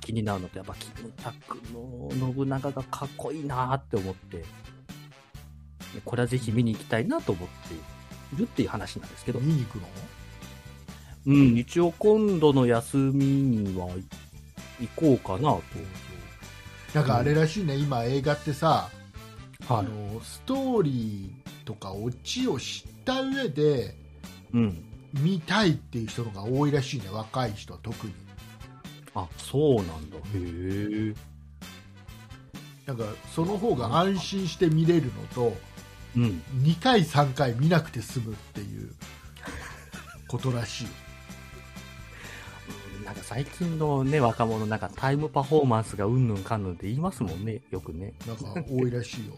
気になるのってやっぱキムタクの信長がかっこいいなって思ってこれはぜひ見に行きたいなと思っているっていう話なんですけど、見に行くのうん、一応今度の休みには行こうかななんかあれらしいね今映画ってさと、あのストーリーとかオチを知った上でうん、見たいっていう人のが多いらしいね若い人は特にあそうなんだへえなんかその方が安心して見れるのとうん2回3回見なくて済むっていうことらしいなんか最近のね若者なんかタイムパフォーマンスがうんぬんかんぬんって言いますもんねよくねなんか多いらしいよ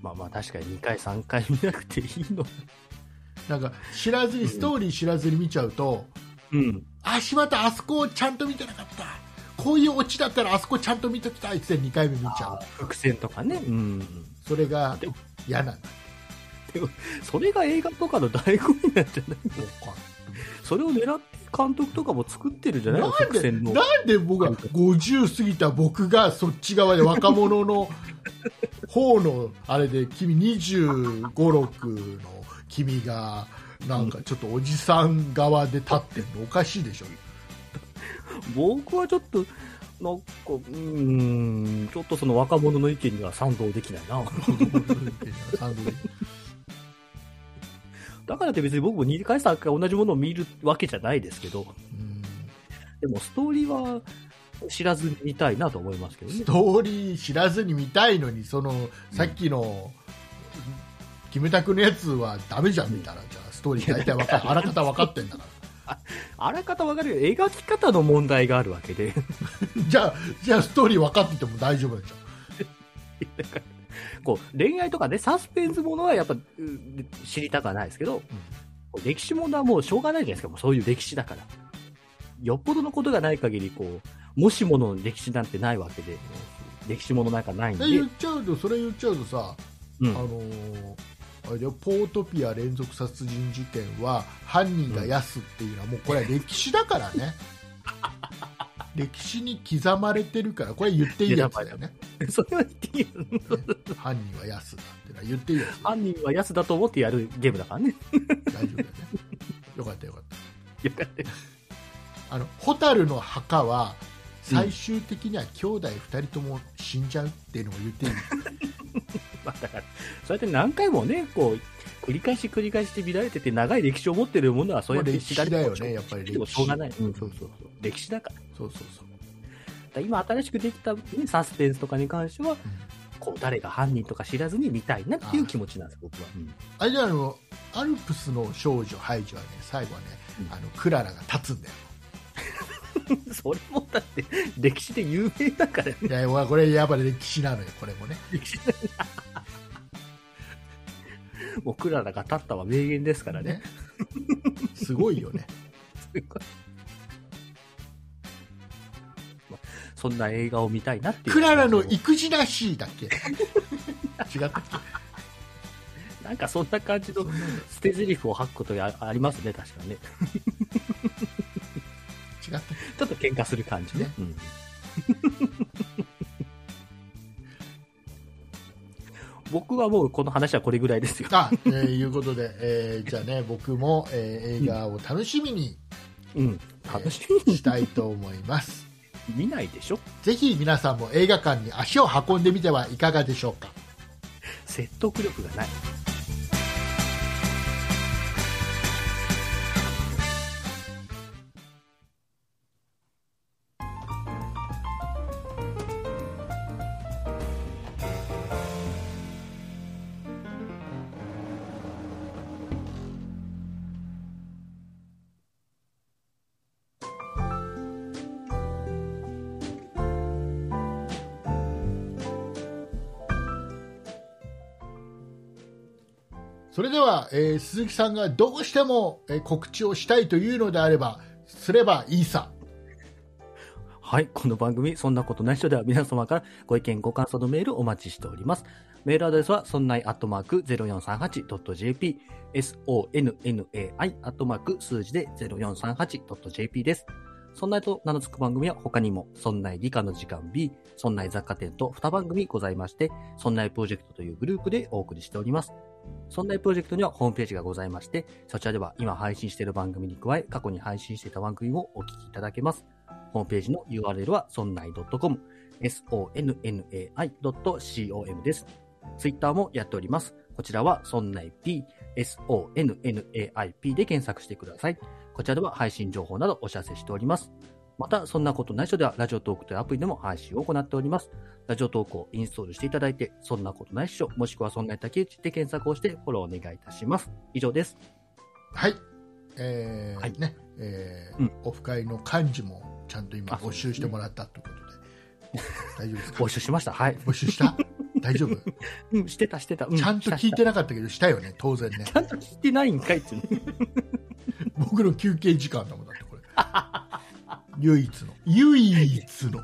まあまあ確かに2回3回見なくていいのなんか知らずにストーリー知らずに見ちゃうと、うんあしまったあそこをちゃんと見てなかったこういうオチだったらあそこちゃんと見ときたいって2回目見ちゃう伏線とかねうんそれがでも嫌なんだそれが映画とかの醍醐味なんじゃないどうかそれを狙って監督とかも作ってるんじゃないのなん伏で線のなんで僕が50過ぎた僕がそっち側で若 者の方のあれで君2 5 6の君がなんかちょっとおじさん側で立ってるのおかしい でしょ僕はちょっと、なんか、うーん、ちょっとその若者の意見には賛同できないな。 サンドイッチだからって別に僕も2回3回同じものを見るわけじゃないですけど、うんでもストーリーは知らずに見たいなと思いますけどねス。トーリー知らずに見たいのにそのさっきの、キムタクのやつはダメじゃんみたいなじゃあストーリー大体わかあらかた分かってんだから あらかたわかるよ。描き方の問題があるわけで。じゃあじゃあストーリー分かってても大丈夫なんじゃんこう恋愛とかね、サスペンスものはやっぱうん知りたくはないですけど、こう歴史ものはもうしょうがないじゃないですか、もうそういう歴史だから。よっぽどのことがない限り、こう、もしもの歴史なんてないわけで、歴史ものなんかないんで、で言っちゃうとそれ言っちゃうとさ、うあん、のーあれだよポートピア連続殺人事件は犯人が安っていうのはもうこれは歴史だから ね歴史に刻まれてるからこれ言っていいやつだよね それは言っていいよ犯人は安だってのは言っていいやつ犯人は安だと思ってやるゲームだからね。大丈夫だよねよかったよかっよかったよたあの蛍の墓は最終的には兄弟2人とも死んじゃうっていうのを言っていい、まあだから、そうやって何回もね、こう、繰り返し繰り返して見られてて、長い歴史を持ってるものは、そうやってまあ歴史だよねやっぱり歴史でもしょうがない。うん、そうそうそう。歴史だから。そうそうそうだから今新しくできた、ね、サスペンスとかに関しては、こう誰が犯人とか知らずに見たいなっていう気持ちなんです、僕は。あれじゃああのアルプスの少女ハイジはね最後はね、うんあのクララが立つんだよ それもだって、歴史で有名だからね、いやこれやっぱり歴史なのよこれもね歴史もうクララが立ったは名言ですからね。ねすごいよねそんな映画を見たいなっていう。クララの育児らしいだっけ違ったっけなんかそんな感じのそんなの捨て台詞を吐くことがあありますね、確かに違ね。ったっちょっと喧嘩する感じね。ね うん、僕はもうこの話はこれぐらい ですよ。あ、えーいうことで、えーじゃあね僕も、えー映画を楽しみにうん。楽しみにしたいと思います見ないでしょぜひ皆さんも映画館に足を運んでみてはいかがでしょうか説得力がない。それでは、えー鈴木さんがどうしても、えー告知をしたいというのであればすればいいさはい。この番組、そんなことない人では皆様からご意見、ご感想のメールをお待ちしております。メールアドレスは、そんないアットマーク 0438.jp、sonnai アットマーク数字で 0438.jp です。そんないと名の付く番組は他にも、そんない理科の時間 B、そんない雑貨店と2番組ございまして、そんないプロジェクトというグループでお送りしております。そんないプロジェクトにはホームページがございまして、そちらでは今配信している番組に加え、過去に配信していた番組もお聞きいただけます。ホームページの URL は sonnai.com、sonnai.com です。ツイッターもやっております。こちらは sonnaip、sonnaip で検索してください。こちらでは配信情報などお知らせしております。また、そんなことない人では、ラジオトークというアプリでも配信を行っております。ラジオトークをインストールしていただいて、そんなことないっしょ、もしくはそんな竹内で検索をしてフォローお願いいたします。以上です。はい、えーはいねえーうんオフ会の幹事もちゃんと今あそう募ですね集してもらったということで、大丈夫ですか募集しました。はい。募集した大丈夫うん、してた、してた。うちゃんと聞いしたてなかったけどしたよね当然ねちゃんと聞いてないんかいってね。僕の休憩時間だもんだって これ唯一の唯一の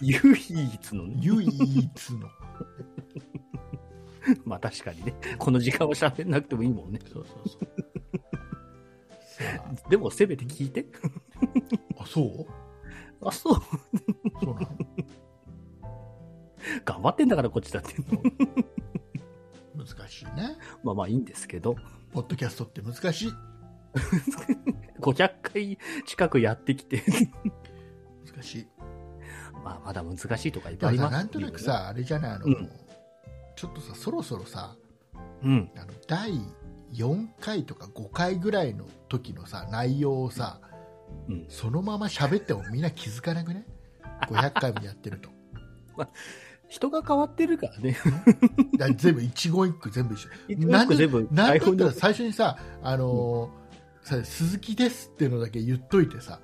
唯一のね。 唯一のまあ確かにね。この時間を喋んなくてもいいもんね。そうそうそうさでもせめて聞いて。 ああそうあ、そう。そうなの頑張ってんだからこっちだって。 難しいねまあまあいいんですけど。ポッドキャストって難しい500回近くやってきて 難しいまあまだ難しいとかいっぱいだからありさますなんとなくさあれじゃないあの、うんちょっとさそろそろさうんあの第4回とか5回ぐらいの時のさ内容をさうんそのまま喋ってもみんな気づかなくね500回もやってると 人が変わってるからね だから全部一言一句全部一緒一な個んで一個全部なんだったでら最初にさ「あのーさ鈴木です」っていうのだけ言っといてさ、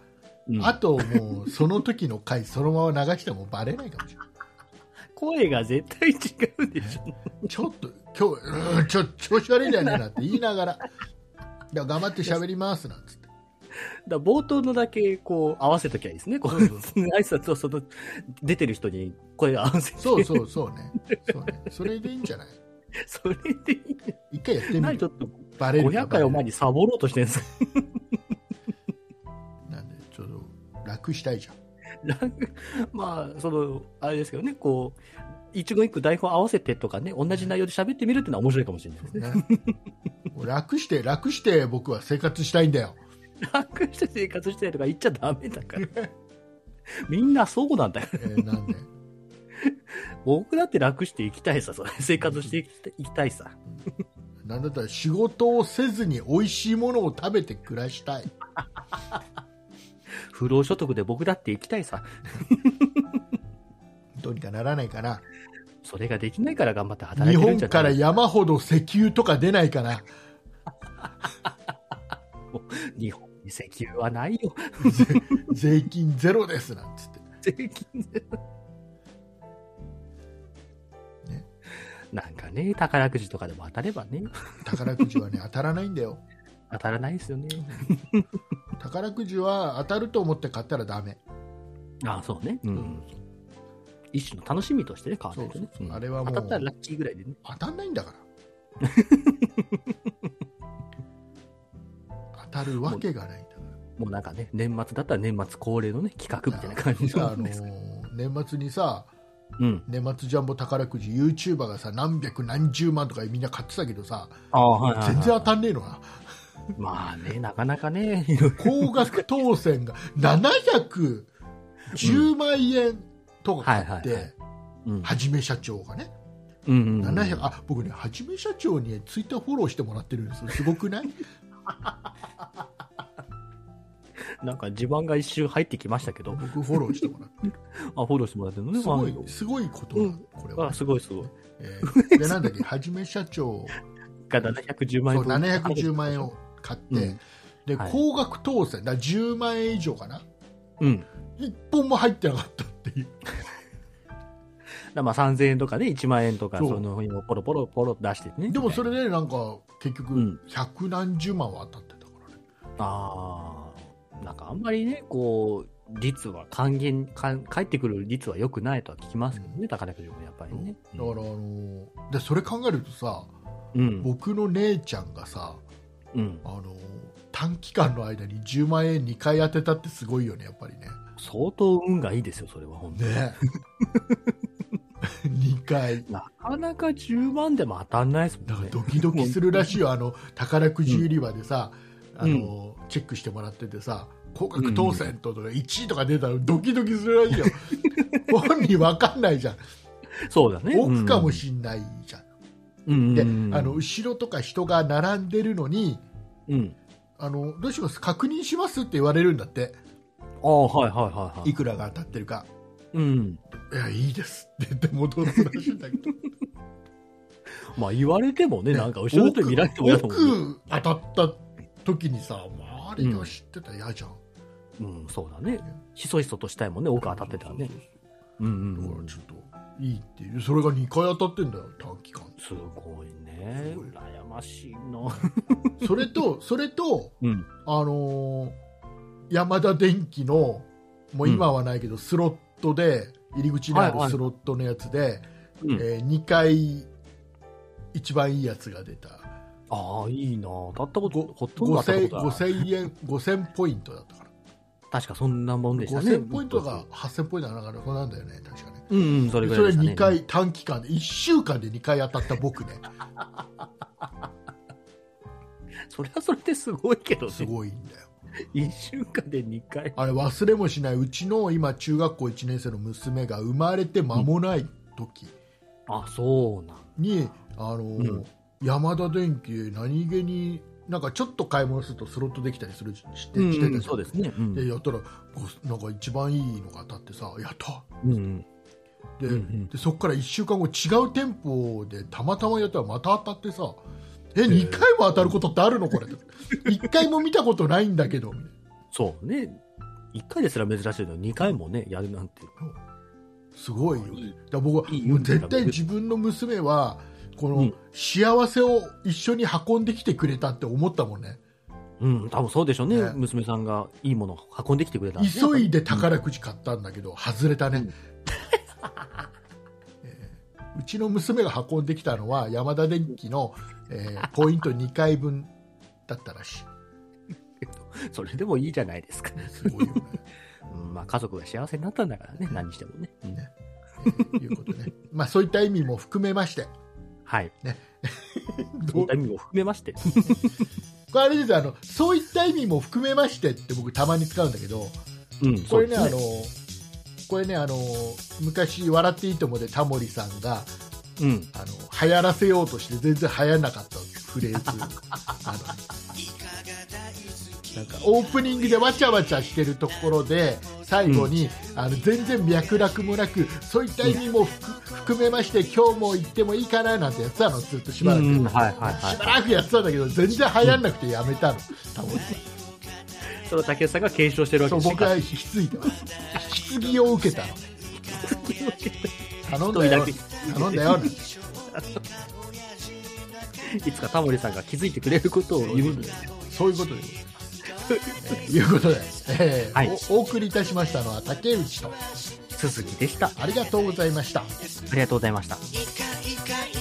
あともうその時の回そのまま流してもバレないかもしれない声が絶対違うでしょちょっと今日うーんちょ調子悪いじゃねえなって言いながら「いや頑張って喋ります」なんつってだから冒頭のだけこう合わせときゃいいですね。こう挨拶とその出てる人に声を合わせて、そうそうそうねそうねそれでいいんじゃないそれでいい。一回やってみ何るちょっとバレるか500回をバ前レにサボろうとしてるんですか ないなんでちょっと楽したいじゃんなんかまあ、その、あれですけどね、こう、一言一句台本合わせてとかね、同じ内容で喋ってみるっていうのは面白いかもしれないで すね。ねもう楽して楽して僕は生活したいんだよ楽して生活したいとか言っちゃダメだから。 みんなそうなんだよ。 えーなんで僕だって楽していきたいさ、それ生活していきたいきたいさ。なんだったら仕事をせずに美味しいものを食べて暮らしたい不労所得で僕だって生きたいさ。どうにかならないかなそれができないから頑張って日働いてる本んじゃかならい山ほど石油とか出ないかな日本に石油はないよ。ぜ税金ゼロですなんつって税金でね。 なんかね、宝くじとかでも当たれば ね、宝くじはね当たらないんだよ当たらないですよね。宝くじは当たると思って買ったらダメああ、そうね。うん。一種の楽しみとしてね、買わないとね。そうそうそうんあれはもう当たったらラッキーぐらいでね。当たんないんだから 当たるわけがないんだからもうなんかね、年末だったら年末恒例のね、企画みたいな感じさあなあんのですけど。年末にさうん。年末ジャンボ宝くじ YouTuber がさ何百何十万とかみんな買ってたけどさああ、はい全然当たんねえのなまあね、なかなかね、いろいろ高額当選 が710万円とか買っうんはいはいはてうんはじめ社長がねうんうんうん700あ僕ねはじめ社長にツイッターフォローしてもらってるんですよすごくない なんか地盤が一周入ってきましたけど、あ、僕フォローしてもらってフォローしてもらってるのね、すごあいのすごいことだこれはあ、すごいすごい。えーでなん だっけはじめ社長が710そ万円う分710万円を買って、うんではい高額当選だから10万円以上かなうん。だか一本も入ってなかったっていうらまあ3000円とかね、1万円とか、そうその辺をポロポロポロ出してね。でもそれでなんか結う局ん百何十万は当たってたからね、ああ、なんかあんまりね、こう、率は還元、還返ってくる率は良くないとは聞きますけどね、宝くじもやっぱりね。だから、あのーでそれ考えるとさうん。僕の姉ちゃんがさ、うん。あのー短期間の間に10万円2回当てたってすごいよねやっぱりね相当運がいいですよ、それは、本当に。ね 2回なかなか10万でも当たんないですだもかんらね。ドキドキするらしいよ、あの宝くじ売り場でさ、あのチェックしてもらっててさ、高額当選とか1位とか出たらドキドキするら しいよ、本人分かんないじゃん、そうだね。奥かもしんないじゃん、うんでうんあの後ろとか人が並んでるのにうん。あの、どうします、確認しますって言われるんだって、ああ、はいはいはいはいい。くらが当たってるか、うん。いや、いいですって言って戻すらしいんだけ ど、まあ言われてもね、なんか後ろで見られても嫌だもんね奥当たった時にさ、周りが知ってたら嫌じゃん。うん、そうだね。ひそひそとしたいもんね、奥当たってたらね。うんうんだかうらん。ちょっといいっていうそれが2回当たってんだよ短期間すごいね。すごい羨ましいな。それ とそれとうん。あのー山田電機のもう今はないけど、スロットで入り口にあはいはいるスロットのやつで、うんえ2回一番いいやつが出たああ、いいな。当たったこと、ごほとんど当たった5000ことない。 5000円5000ポイントだったから確かそんなもんでしたね。 5000ポイントが。8000ポイントだからそうなんだよね確かねうんうん、それでぐそられいでしたね。 2。回短期間で1週間で2回当たった僕ねそれはそれですごいけどね。すごいんだよ1週間で2回。あれ忘れもしないうちの今中学校1年生の娘が生まれて間もない時あ、そうなんに、あのんヤマダ電機へ何気になんかちょっと買い物するとスロットできたりするししてうんうんしてたじゃんそうですねうんでやったらごなんか一番いいのが当たってさやったうんで,、うんうんでそこから1週間後違う店舗でたまたまやったらまた当たってさえー2回も当たることってあるのこれ一回も見たことないんだけどそうね。1回ですら珍しいのに2回もね、やるなんて。すごいよねだから僕はいいもう絶対自分の娘はこうのん幸せを一緒に運んできてくれたって思ったもんね、うん、多分そうでしょうね。ね娘さんがいいものを運んできてくれたんですね急いで宝くじ買ったんだけど外れたね、うん えーうちの娘が運んできたのはヤマダ電機の、えーポイント2回分だったらしいそれでもいいじゃないですか。すごいよねうん、まあ家族が幸せになったんだからね、何してもね。うんねえーいうことね。まあそういった意味も含めま して。はい。そうどいった意味も含めまして。これあれですよあの、そういった意味も含めましてって僕たまに使うんだけど、うん、こそうれでね、すあの、これね、あの、昔、笑っていいともでタモリさんが、うん。あの、流行らせようとして全然流行んなかったフレーズ。あの、なんかオープニングでわちゃわちゃしてるところで、最後に、あの全然脈絡もなくそういった意味も含含めまして今日も行ってもいいかななんてやってたのずっとしばらく、うんうんはいはいはいしばらくやってたんだけど全然流行んなくてやめたの、タモリさんそれを竹内さんが継承してるわそうけですね僕は引き継いでます引き継ぎを受けたの頼んだよ一人頼んだよいつかタモリさんが気づいてくれることを言うんですよ。そういうことでございますえーいうことで、えーはいおお送りいたしましたのは竹内と鈴木でした。あありがとうございましたりがとうございました。イカイカイ